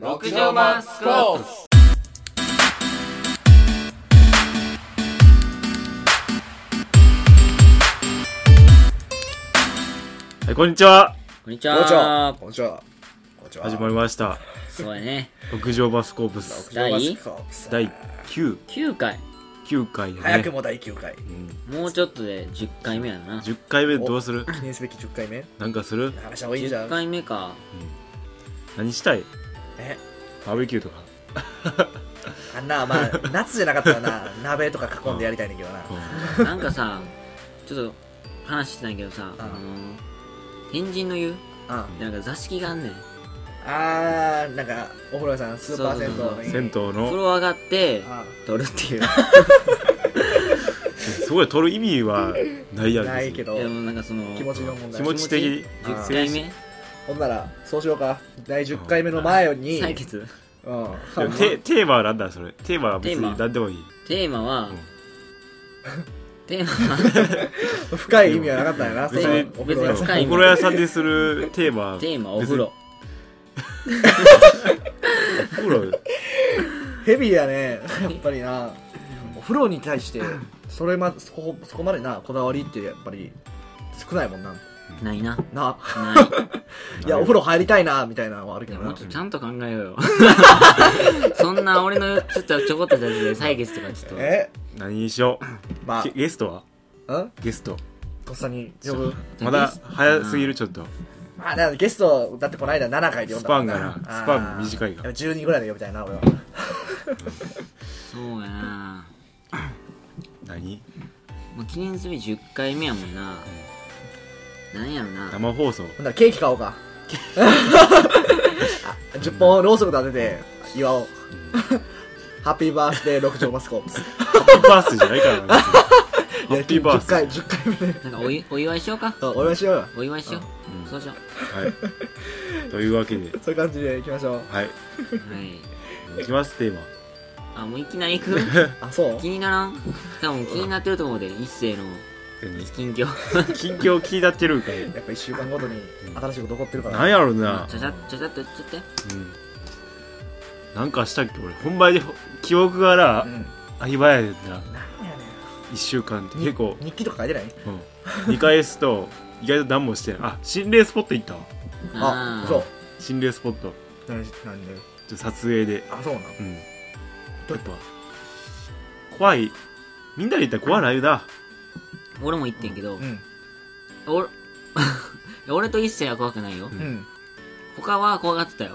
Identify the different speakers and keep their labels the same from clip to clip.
Speaker 1: 極上マンスポーツ
Speaker 2: はい、こんにちは。
Speaker 1: こんにちは
Speaker 3: こんにちはこんにちは
Speaker 2: 始まりました。
Speaker 1: そうやね
Speaker 2: 屋上バスコープス
Speaker 1: 第
Speaker 2: 第9、
Speaker 1: 9回
Speaker 2: 9回で
Speaker 3: 早く
Speaker 2: ね。
Speaker 3: も第9回
Speaker 1: もうちょっとで10回目やな
Speaker 2: 10回目どうする
Speaker 3: 記念すべき10回目
Speaker 2: なんかする
Speaker 3: 話した方がいいんじゃ
Speaker 1: 10
Speaker 3: ん
Speaker 1: 回目か
Speaker 2: 何したい
Speaker 3: え
Speaker 2: バーベキューとか。
Speaker 3: あんなまあ 夏じゃなかったらな鍋とか囲んでやりたいんだけどな
Speaker 1: なんかさ ちょっと話してたんやけどさあの天神の湯
Speaker 3: あ
Speaker 1: なんか座敷があんねん
Speaker 3: あーなんかお風呂屋さんスーパー銭湯
Speaker 1: そ
Speaker 3: の
Speaker 1: うそう
Speaker 3: いい
Speaker 2: 銭湯
Speaker 1: 風
Speaker 2: の、
Speaker 1: 呂上がって
Speaker 3: あ
Speaker 1: 撮るっていう
Speaker 2: すごい取る意味はないや
Speaker 3: あ
Speaker 2: ん。
Speaker 3: ないけど
Speaker 1: でもなんかその
Speaker 3: 気持ちの問題
Speaker 2: 気持ち的。
Speaker 3: あー
Speaker 1: 10回目
Speaker 3: ほんならそうしようか第10回目の前に
Speaker 1: 採決
Speaker 3: うん
Speaker 2: でもテテーマはなんだそれ。テーマは別
Speaker 1: テーマ
Speaker 2: に何でもいい。
Speaker 1: テーマは
Speaker 2: うん
Speaker 1: テーマは
Speaker 3: 深い意味はなかったんやなそ
Speaker 2: 別
Speaker 3: の
Speaker 2: に
Speaker 3: お風
Speaker 1: 別
Speaker 3: 呂屋
Speaker 1: に
Speaker 2: お
Speaker 3: さん
Speaker 1: 深い意味
Speaker 2: 風呂屋さんでするテーマは。
Speaker 1: テーマお風呂
Speaker 2: 別に。お風呂。
Speaker 3: ヘビーやねやっぱりなお風呂に対してそれまそこそこまでなこだわりってやっぱり少ないもんな
Speaker 1: ないな
Speaker 3: な
Speaker 1: ない
Speaker 3: いやお風呂入りたいなみたいなのはあるけ
Speaker 1: いや
Speaker 3: ど
Speaker 1: も
Speaker 3: な
Speaker 1: っとちゃんと考えようよそんな俺のちょっとちょこっとしたやつで採決とかちょっと
Speaker 3: え
Speaker 2: 何にしよ
Speaker 3: ま
Speaker 2: う。ゲゲストは
Speaker 3: あん
Speaker 2: ゲスト。
Speaker 3: とっさに呼ぶ
Speaker 2: まだ早すぎるちょっと。
Speaker 3: まあだからゲストだってこの間7回で呼んだもん
Speaker 2: スパンがなスパン短いから
Speaker 3: あー12ぐらいで呼びたいな俺は
Speaker 1: そうやな
Speaker 2: 何
Speaker 1: もう記念すべき10回目やもんななんやろな
Speaker 2: 生放送。
Speaker 3: ほんならケーキ買おうかあ10本ろうそく立てて祝おう ハッピーバースデー6畳マスコープス
Speaker 2: ハッピーバースデーじゃないからな。別にハッピーバースデー。
Speaker 3: 10回10回目で
Speaker 1: なんかおいお祝いしようか
Speaker 3: あお祝いしようよ
Speaker 1: お祝いしよう、
Speaker 2: うん
Speaker 1: そうしよ
Speaker 2: はい。というわけで、
Speaker 3: そういう感じでいきましょう
Speaker 2: はい。
Speaker 1: うはい
Speaker 2: いきます、テーマ。
Speaker 1: あもういきなり行く
Speaker 3: あそう
Speaker 1: 気にならん多分気になってると思うで一斉の近況
Speaker 2: 近況気になってるんかい。
Speaker 3: やっぱ1週間ごとに新しいこと起こってるから
Speaker 2: なんやろな。
Speaker 1: ちゃちゃちゃちゃっと言っちゃって
Speaker 2: うん。なんかしたっけ、俺。本番でほ記憶がな
Speaker 3: うん、
Speaker 2: 相葉やねん
Speaker 3: な
Speaker 2: な。
Speaker 3: んやね
Speaker 2: 一週間って
Speaker 3: ん
Speaker 2: 結構
Speaker 3: に、日記とか書いてない
Speaker 2: うん。見返すと、意外と何もしてない。あ、心霊スポット行ったわ。
Speaker 3: あ
Speaker 1: ー
Speaker 3: そう
Speaker 2: 心霊スポット。
Speaker 3: 何何で
Speaker 2: ちょ撮影で。
Speaker 3: あそうなの
Speaker 2: うん。やっぱ、怖い。みんなで行ったら怖ないよな。
Speaker 1: 俺も言ってんけど、
Speaker 3: うん
Speaker 1: 俺 俺と一斉は怖くないよ、
Speaker 3: うん
Speaker 1: 他は怖がってたよ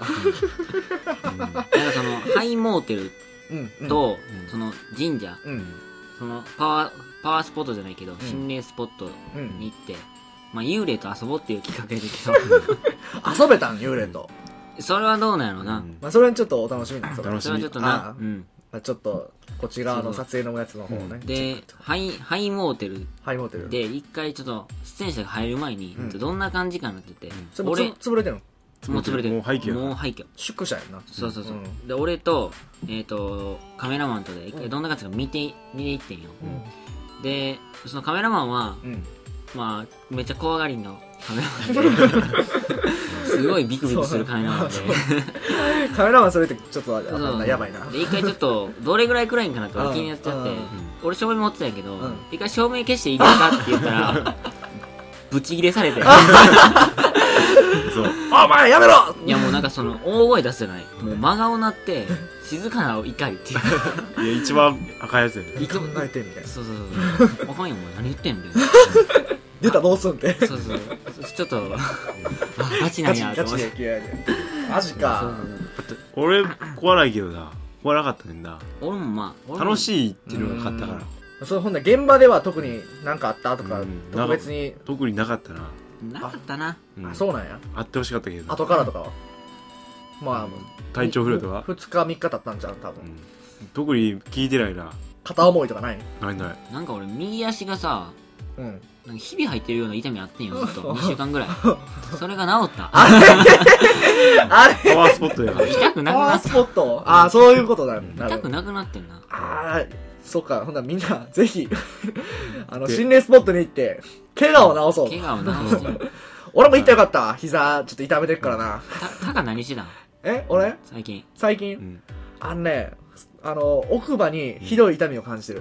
Speaker 1: なんかそのハイモーテル
Speaker 3: うんうん
Speaker 1: と、
Speaker 2: うん
Speaker 1: その神社
Speaker 3: うん
Speaker 1: そのパワーパワースポットじゃないけど
Speaker 3: ん
Speaker 1: 心霊スポット
Speaker 3: うん
Speaker 1: に行って、まあ幽霊と遊ぼうっていう企画や だけ
Speaker 3: 遊べたん幽霊と、
Speaker 1: どそれはどうなんやろうな、
Speaker 2: うん
Speaker 3: まあ、それはちょっとお楽しみなんです
Speaker 2: 楽し
Speaker 1: それはちょっと
Speaker 3: あ
Speaker 1: な
Speaker 3: ー
Speaker 1: うん
Speaker 3: まあ、ちょっとこっち側の撮影のやつの方をね
Speaker 1: でハイハイモーテル
Speaker 3: ハイモーテル
Speaker 1: で一回ちょっと出演者が入る前に、
Speaker 3: うん
Speaker 1: どんな感じかなって言って、
Speaker 3: それもつ
Speaker 1: 俺
Speaker 3: 潰れてるの
Speaker 1: もう潰れてる
Speaker 2: もう廃墟やな
Speaker 1: もう廃墟
Speaker 3: 宿舎やんな
Speaker 1: そうそうそう、
Speaker 3: うん
Speaker 1: で俺と,、えー、とカメラマンとで一回
Speaker 3: うん
Speaker 1: どんな感じか見て見ていってんよ、
Speaker 3: うん
Speaker 1: でそのカメラマンは
Speaker 3: うん
Speaker 1: まあめっちゃ怖がりのカメラマン ですごいビクビクするカメラマンで
Speaker 3: そうカメラマンそれってちょっとあ
Speaker 1: そう
Speaker 3: かんなやばいな
Speaker 1: で一回ちょっとどれぐらい暗いんかなって俺気になっちゃって
Speaker 3: うんうん
Speaker 1: 俺照明持ってたんやけど、
Speaker 3: うん
Speaker 1: 一回照明消していいですかって言った らブチギレされてい
Speaker 2: そう。
Speaker 3: お前やめろ
Speaker 1: やもうなんかその大声出すじゃないもう真顔なって静かな怒りって いう
Speaker 2: いや、一番赤いやつやね。
Speaker 3: いかんないてみたいな
Speaker 1: そうそうそうおはようお前何言ってんのみたいな
Speaker 3: 出たらどうすんって
Speaker 1: そうそうちょっとあガチな
Speaker 3: ガ
Speaker 1: ん
Speaker 3: チ
Speaker 1: やと
Speaker 3: ガ
Speaker 1: 思
Speaker 3: チ
Speaker 1: って
Speaker 3: で 嫌いでマジか
Speaker 1: そうそうそう
Speaker 2: 俺、怖ないけどな。怖なかったねんな。
Speaker 1: 俺もまあ
Speaker 2: 楽
Speaker 1: い
Speaker 2: しいっていうのが勝ったから。
Speaker 3: そうほんなら現場では特に何かあったとか
Speaker 2: うん
Speaker 3: 特別に
Speaker 2: 特になかったな。
Speaker 1: なかったな
Speaker 2: うん
Speaker 3: あそうなんや
Speaker 2: あってほしかったけど。
Speaker 3: 後からとかはま
Speaker 2: 体調不良と
Speaker 3: あ
Speaker 2: か。
Speaker 3: 2日3日経ったんじゃん多
Speaker 2: う
Speaker 3: 分
Speaker 2: ん特に聞いてないな。
Speaker 3: 片思いとかない
Speaker 2: ないない。
Speaker 1: なんか俺右足がさ
Speaker 3: うん
Speaker 1: なんか日々入ってるような痛みあってんよ
Speaker 3: う
Speaker 1: ずっと
Speaker 3: ん
Speaker 1: 2週間ぐらいそれが治った
Speaker 3: あれ
Speaker 2: パワースポットやから。
Speaker 1: 痛くなく
Speaker 3: パワ
Speaker 1: な
Speaker 3: ー
Speaker 1: っ
Speaker 3: スポットああそういうことだなる
Speaker 1: 痛
Speaker 3: ほ
Speaker 1: く
Speaker 3: ど
Speaker 1: なくなってんな
Speaker 3: ああそっかほんならみんなぜひあの心霊スポットに行って怪我を治そう
Speaker 1: 怪我を治して
Speaker 3: 俺も行ったらよかった膝ちょっと痛めてるからな
Speaker 1: たたか何してたん
Speaker 3: え俺
Speaker 1: 最近
Speaker 3: 最
Speaker 2: う
Speaker 3: 近
Speaker 2: ん、
Speaker 3: あのねあの奥歯にひどい痛みを感じてる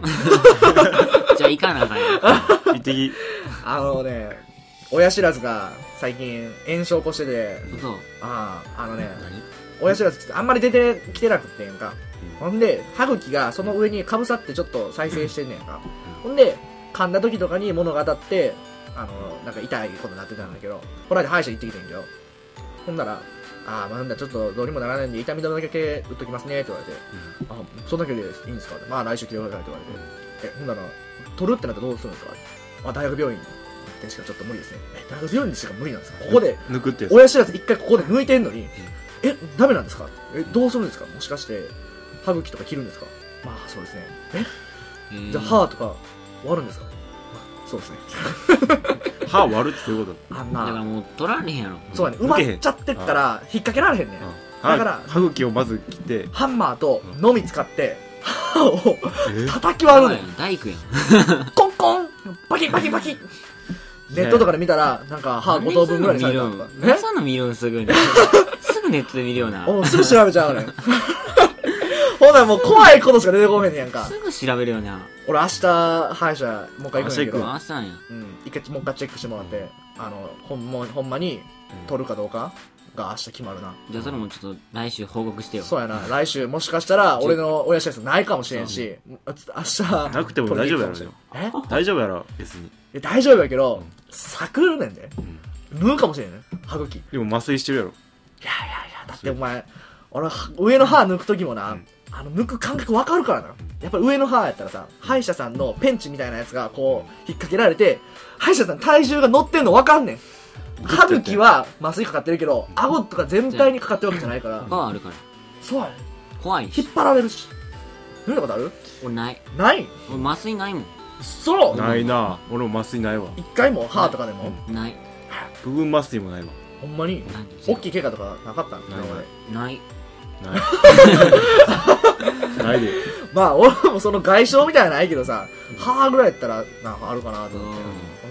Speaker 1: じゃあ行かなあかんよ
Speaker 2: 一滴
Speaker 3: あのね親知らずが最近炎症起こしてて
Speaker 1: そう
Speaker 3: あああのね親知らずちょっとあんまり出てきてなくってんか、ほんで歯茎がその上にかぶさってちょっと再生してんねんか、ほんで噛んだ時とかに物が当たってあのなんか痛いことになってたんだけどこの間歯医者行ってきてんけどほんなら「ああまあなんだちょっとどうにもならないんで痛み止めだけ打っときますね」って言われて「あそんだけでいいんですか?」って「まあ来週来てください」って言われて「えほんなら取るってなったらどうするんですか?」あ大学病院でしかちょっと無理ですね」え「大学病院でしか無理なんですかここで
Speaker 2: 抜くってやつ
Speaker 3: 親知らず一回ここで抜いてんのに、え、ダメなんですかえ、どうするんですかもしかして、歯茎とか切るんですかまあ、そうですね。
Speaker 1: えー
Speaker 3: じゃあ、歯とか割るんですか、まあ、そうですね。
Speaker 2: 歯割るってどういうこと
Speaker 3: あん
Speaker 1: だから
Speaker 3: な、
Speaker 1: もう取られへんやろ
Speaker 3: そうやね、埋
Speaker 2: 抜けへん
Speaker 3: まっちゃってっから、引っ掛けられへんねん。だから
Speaker 2: 歯歯茎をまず切って
Speaker 3: ハンマーと
Speaker 2: う、ん
Speaker 3: のみ使って、歯を
Speaker 2: え
Speaker 3: 叩き割るねん。
Speaker 1: 大工やん
Speaker 3: コンコンバキバキバキ ネットとかで見たら、なんか歯5等分ぐらいにされたとか。
Speaker 1: ね
Speaker 3: ね
Speaker 1: そんなん見るんす ぐにすぐネットで見るよな
Speaker 3: おうすぐ調べちゃうね ん。ほんならもう怖いことしか出てこへんねやんか。
Speaker 1: すぐ調べるよな
Speaker 3: 俺明日歯医者もう一回行くんやけ
Speaker 2: 明日行く
Speaker 3: ど
Speaker 2: わ
Speaker 1: あさんや
Speaker 3: うん、一回もう一回チェックしてもらってあのほんもうほんまに取るかどうかが明日決まるな、
Speaker 1: じゃあそれもちょっと来週報告してよ
Speaker 3: そうやな来週もしかしたら俺の親知らずないかもしれんし、あつ明日
Speaker 2: なくても大丈夫やろよ
Speaker 3: え
Speaker 2: 大丈夫やろ別に
Speaker 3: いや大丈夫やけど、
Speaker 2: うん
Speaker 3: さくるねんで
Speaker 2: うん
Speaker 3: 縫うかもしれんね歯茎い
Speaker 2: でも麻酔してるやろ
Speaker 3: やいやいやだってお前俺は上の歯抜く時もな、
Speaker 2: うん
Speaker 3: あの抜く感覚わかるからなやっぱ上の歯やったらさ歯医者さんのペンチみたいなやつがこう引っ掛けられて歯医者さん体重が乗ってんのわかんねん歯茎は麻酔かかってるけど顎とか全体にかかってるわけじゃないから
Speaker 1: 他はあるから
Speaker 3: そうやね
Speaker 1: 怖い
Speaker 3: 引っ
Speaker 1: し
Speaker 3: 張られるし見たことある
Speaker 1: 俺ない
Speaker 3: ない
Speaker 1: 俺麻酔ないもん
Speaker 3: そう
Speaker 2: ないな俺も麻酔ないわ
Speaker 3: 一回も歯とかでも、
Speaker 1: ない
Speaker 2: 部分麻酔もないわ
Speaker 3: ほんまに
Speaker 1: 何
Speaker 3: 大きい怪我とかなかったんだ
Speaker 2: ない
Speaker 1: な
Speaker 2: ない
Speaker 1: い
Speaker 2: ない ないで
Speaker 3: まあ俺もその外傷みたいなのないけどさ歯ぐらいやったらなんかあるかなと思って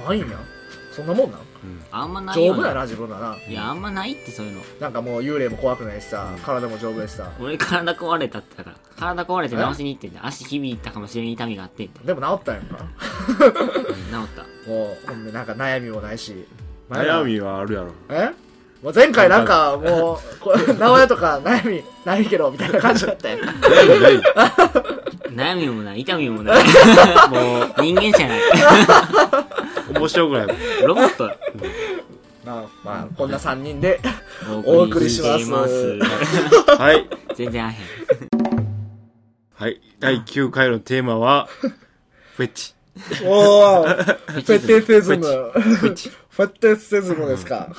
Speaker 3: ないんやそんなもんなん
Speaker 2: うん
Speaker 1: あんまない
Speaker 3: 丈
Speaker 1: よ
Speaker 3: 夫や
Speaker 1: な
Speaker 3: な自分らない
Speaker 1: やあんまないってそういうの
Speaker 3: なんかもう幽霊も怖くないしさ体も丈夫やしさ
Speaker 1: 俺体壊れたってだから体壊れて治しに行ってんだ足響いたかもしれん痛みがあってんて
Speaker 3: でも治ったんやんか
Speaker 1: うん治った
Speaker 3: もうほんでなんか悩みもないし
Speaker 2: 悩みはあるやろ
Speaker 3: えもう前回なんかもう こう名古屋とか悩みないけどみたいな感じだったよ
Speaker 2: 悩みない
Speaker 1: 悩みもない痛みもない
Speaker 2: もう
Speaker 1: 人間じゃない
Speaker 2: 面白くないもん
Speaker 1: ロボット
Speaker 3: まあまあこんな3人で
Speaker 1: お送りしていま
Speaker 3: お送
Speaker 1: す
Speaker 3: りし
Speaker 2: はい
Speaker 1: 全然あへん
Speaker 2: はい第9回のテーマはフェチ
Speaker 3: おお フェティシズム
Speaker 2: フェチ
Speaker 3: フェティシズムですか
Speaker 2: うん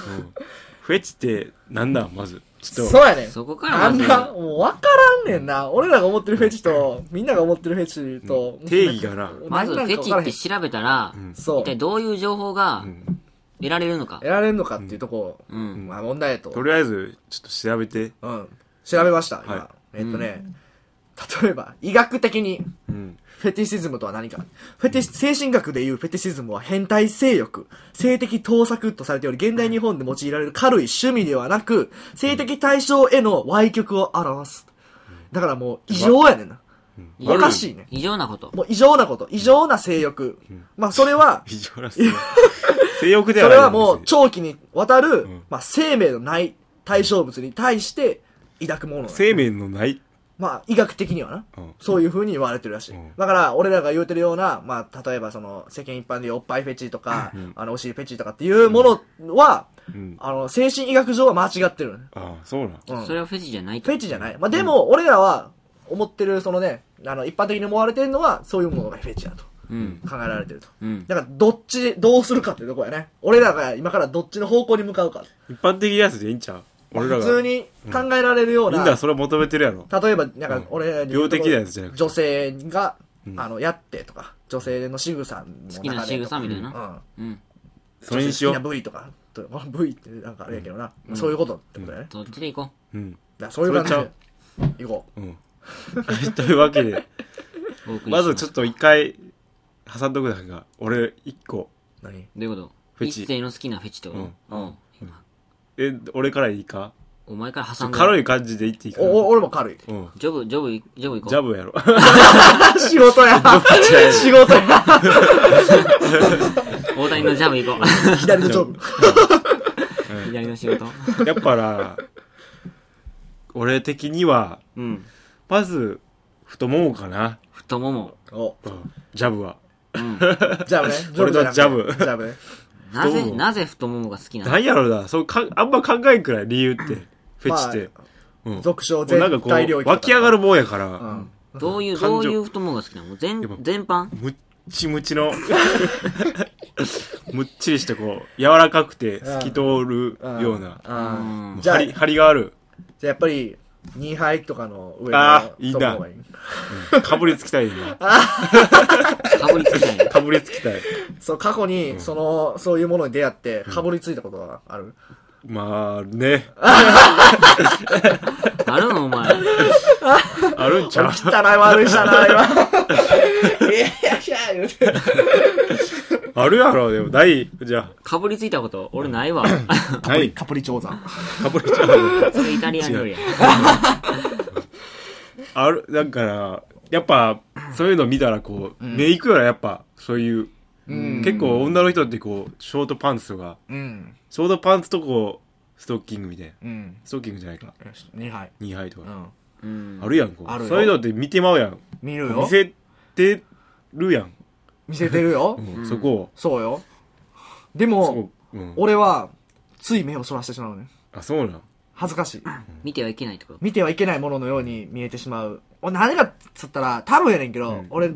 Speaker 2: フェチってなんだまずちょっと
Speaker 3: そうやねん
Speaker 1: そこから
Speaker 3: あ
Speaker 1: ま
Speaker 3: ん
Speaker 1: ず
Speaker 3: な、もう分からんねんな。俺らが思ってるフェチと、みんなが思ってるフェチと。
Speaker 2: 定義がな
Speaker 1: まずフ
Speaker 3: 何なん
Speaker 1: ェ
Speaker 3: か分
Speaker 1: チ
Speaker 3: から
Speaker 1: っ
Speaker 3: へん
Speaker 1: て調べたら、
Speaker 2: ん
Speaker 3: そ
Speaker 1: 一
Speaker 3: う。
Speaker 1: 体どういう情報が
Speaker 2: うん
Speaker 1: 得られるのか
Speaker 3: 得。られんのかっていうとこ、
Speaker 1: うん。
Speaker 3: まあ問題やと。
Speaker 2: とりあえずちょっと調べて
Speaker 3: うん。調べました、今。
Speaker 2: は
Speaker 3: えっとね、例えば、医学的に、
Speaker 2: うん
Speaker 3: フェティシズムとは何か。フェティ精神学でいうフェティシズムは変態性欲、性的盗作とされており、現代日本で用いられる軽い趣味ではなく、性的対象への歪曲を表す。だからもう、異常やねんな。おかしいね。
Speaker 1: 異常なこと。
Speaker 3: もう異常なこと。異常な性欲。まあそれは、
Speaker 2: 非常な性欲 性欲で
Speaker 3: そ
Speaker 2: は
Speaker 3: れ
Speaker 2: ない
Speaker 3: はもう長期にわたる
Speaker 2: ん、
Speaker 3: まあ生命のない対象物に対して抱くものなの。
Speaker 2: 生命のない
Speaker 3: まあ医学的にはな
Speaker 2: うん。
Speaker 3: そういう風に言われてるらしい
Speaker 2: うん。
Speaker 3: だから俺らが言うてるような、まあ例えばその世間一般でいうおっぱいフェチとか、あのお尻フェチとかっていうものは、
Speaker 2: うん
Speaker 3: あの精神医学上は間違ってるのね。
Speaker 2: ああそうなん
Speaker 3: うん
Speaker 1: それはフェチじゃない
Speaker 3: フ
Speaker 1: と。
Speaker 3: ェチじゃない。まあでも俺らは思ってるそのね、あの一般的に思われてるのはそういうものがフェチだと
Speaker 1: うん。
Speaker 3: 考えられてると。
Speaker 1: うん。
Speaker 3: だから、どっち、どうするかっていうとこやね。俺らが今からどっちの方向に向かうか。
Speaker 2: 一般的なやつでいいんちゃう俺ら
Speaker 3: 普
Speaker 2: が
Speaker 3: 通に考えられるよう
Speaker 2: み
Speaker 3: な、
Speaker 2: んなそれ求めてるやろ
Speaker 3: 例えば、なんか、俺らに言うとこ
Speaker 2: 病的なやつじゃなくて
Speaker 3: 女性が、あの、やってとか、女性の仕草の
Speaker 1: 好きな
Speaker 3: 中
Speaker 1: 仕
Speaker 3: でとか。
Speaker 1: 草みたい
Speaker 3: うん。
Speaker 1: な。うん。
Speaker 2: それ
Speaker 3: 女
Speaker 2: にし
Speaker 3: 性
Speaker 2: よ
Speaker 3: 好きな
Speaker 2: う
Speaker 3: 部位とか、とまあ部位ってなんかあれやけどな、そういうことってことやね。
Speaker 1: そっちで行こ
Speaker 2: うん
Speaker 3: だからそういう
Speaker 2: そ
Speaker 3: 感
Speaker 2: れ
Speaker 3: じで、行こ
Speaker 2: うんというわけで
Speaker 1: う。お送りし
Speaker 2: まずちょ
Speaker 1: っ
Speaker 2: っと一回挟んどくだけが俺一個
Speaker 3: う。何
Speaker 1: と。どういうこ
Speaker 2: フ
Speaker 1: と
Speaker 2: ェチ
Speaker 1: 一斉の好きなフェチってことう
Speaker 2: うん
Speaker 1: ん。
Speaker 2: え俺からいいか
Speaker 1: お前から
Speaker 2: ち
Speaker 1: 挟
Speaker 2: ょ
Speaker 1: んで
Speaker 2: 軽い感じで言っていいか
Speaker 3: お
Speaker 2: な
Speaker 3: お俺も軽い
Speaker 2: うん
Speaker 1: ジョブジョブいジョブ行こう
Speaker 2: ジャブやろ
Speaker 3: 仕事や仕事や
Speaker 1: 大谷のジャブ行こう
Speaker 3: 左のジョブ
Speaker 1: 左の仕事
Speaker 2: やっぱな俺的には
Speaker 1: うん
Speaker 2: まず太ももかな、
Speaker 1: 太もも
Speaker 3: お
Speaker 2: うん、ジャブは
Speaker 3: ジャブね
Speaker 2: 俺のジャブ
Speaker 3: ジャブね
Speaker 1: な
Speaker 2: 太も
Speaker 1: ぜ
Speaker 2: も
Speaker 1: なぜ太ももが好きなの
Speaker 2: なんやろなそうかあんま考えんくらい理由ってフェチって、うん
Speaker 3: 俗称
Speaker 2: もうなんか
Speaker 3: 全
Speaker 2: こ
Speaker 3: 体領
Speaker 2: う
Speaker 3: 域
Speaker 2: 湧き上が
Speaker 3: る
Speaker 2: るもんやから、
Speaker 3: うん
Speaker 1: どういう
Speaker 2: 感
Speaker 1: ど
Speaker 2: 情
Speaker 1: ういう太ももが好きなの全
Speaker 2: やっぱ
Speaker 1: 全般
Speaker 2: むっちむちの むっちりしてこう柔らかくて透き通るような、
Speaker 3: ん
Speaker 1: うん
Speaker 3: じゃあ
Speaker 2: 張り張りがある
Speaker 3: じゃあやっぱり2杯とかの上の
Speaker 2: あーいいな
Speaker 3: とこがいい
Speaker 2: かぶりつきたい今
Speaker 1: かぶりつきたい
Speaker 2: かぶりつきたい
Speaker 3: そう過去にそのそういうものに出会ってかぶりついたことがある
Speaker 2: まあね
Speaker 1: あるのお前
Speaker 2: あるんちゃう
Speaker 3: 汚い悪いした な今いやいやいや言うて
Speaker 2: あるやろでもないじゃ
Speaker 1: かぶりついたこと俺ない わ
Speaker 2: あない
Speaker 3: カプリ調査
Speaker 2: かぶりつきたい
Speaker 1: それイタリアン料理や
Speaker 2: あるだからやっぱそういうの見たらこう、目いくよらやっぱそういう、
Speaker 3: うん
Speaker 2: 結構女の人ってこうショートパンツとか
Speaker 3: うん
Speaker 2: ショートパンツとこうストッキングみたいな
Speaker 3: うん
Speaker 2: ストッキングじゃないか
Speaker 3: 2杯
Speaker 2: 2杯とか、
Speaker 3: ん
Speaker 1: うん
Speaker 2: あるやんこ
Speaker 3: ある
Speaker 2: う
Speaker 3: よ
Speaker 2: そういうのって見てまうやん
Speaker 3: 見るよ
Speaker 2: 見せてるやん、
Speaker 3: 見せてるよ
Speaker 2: うんそこを
Speaker 3: そうよで
Speaker 2: そ
Speaker 3: も
Speaker 2: こうん
Speaker 3: 俺はつい目をそらしてしまうね
Speaker 2: あそうなん
Speaker 3: 恥ずかしい
Speaker 1: 見てはいけないってこと
Speaker 3: 見てはいけないもののように見えてしまう俺何がっつったら多分やねんけど、
Speaker 2: うん
Speaker 3: 俺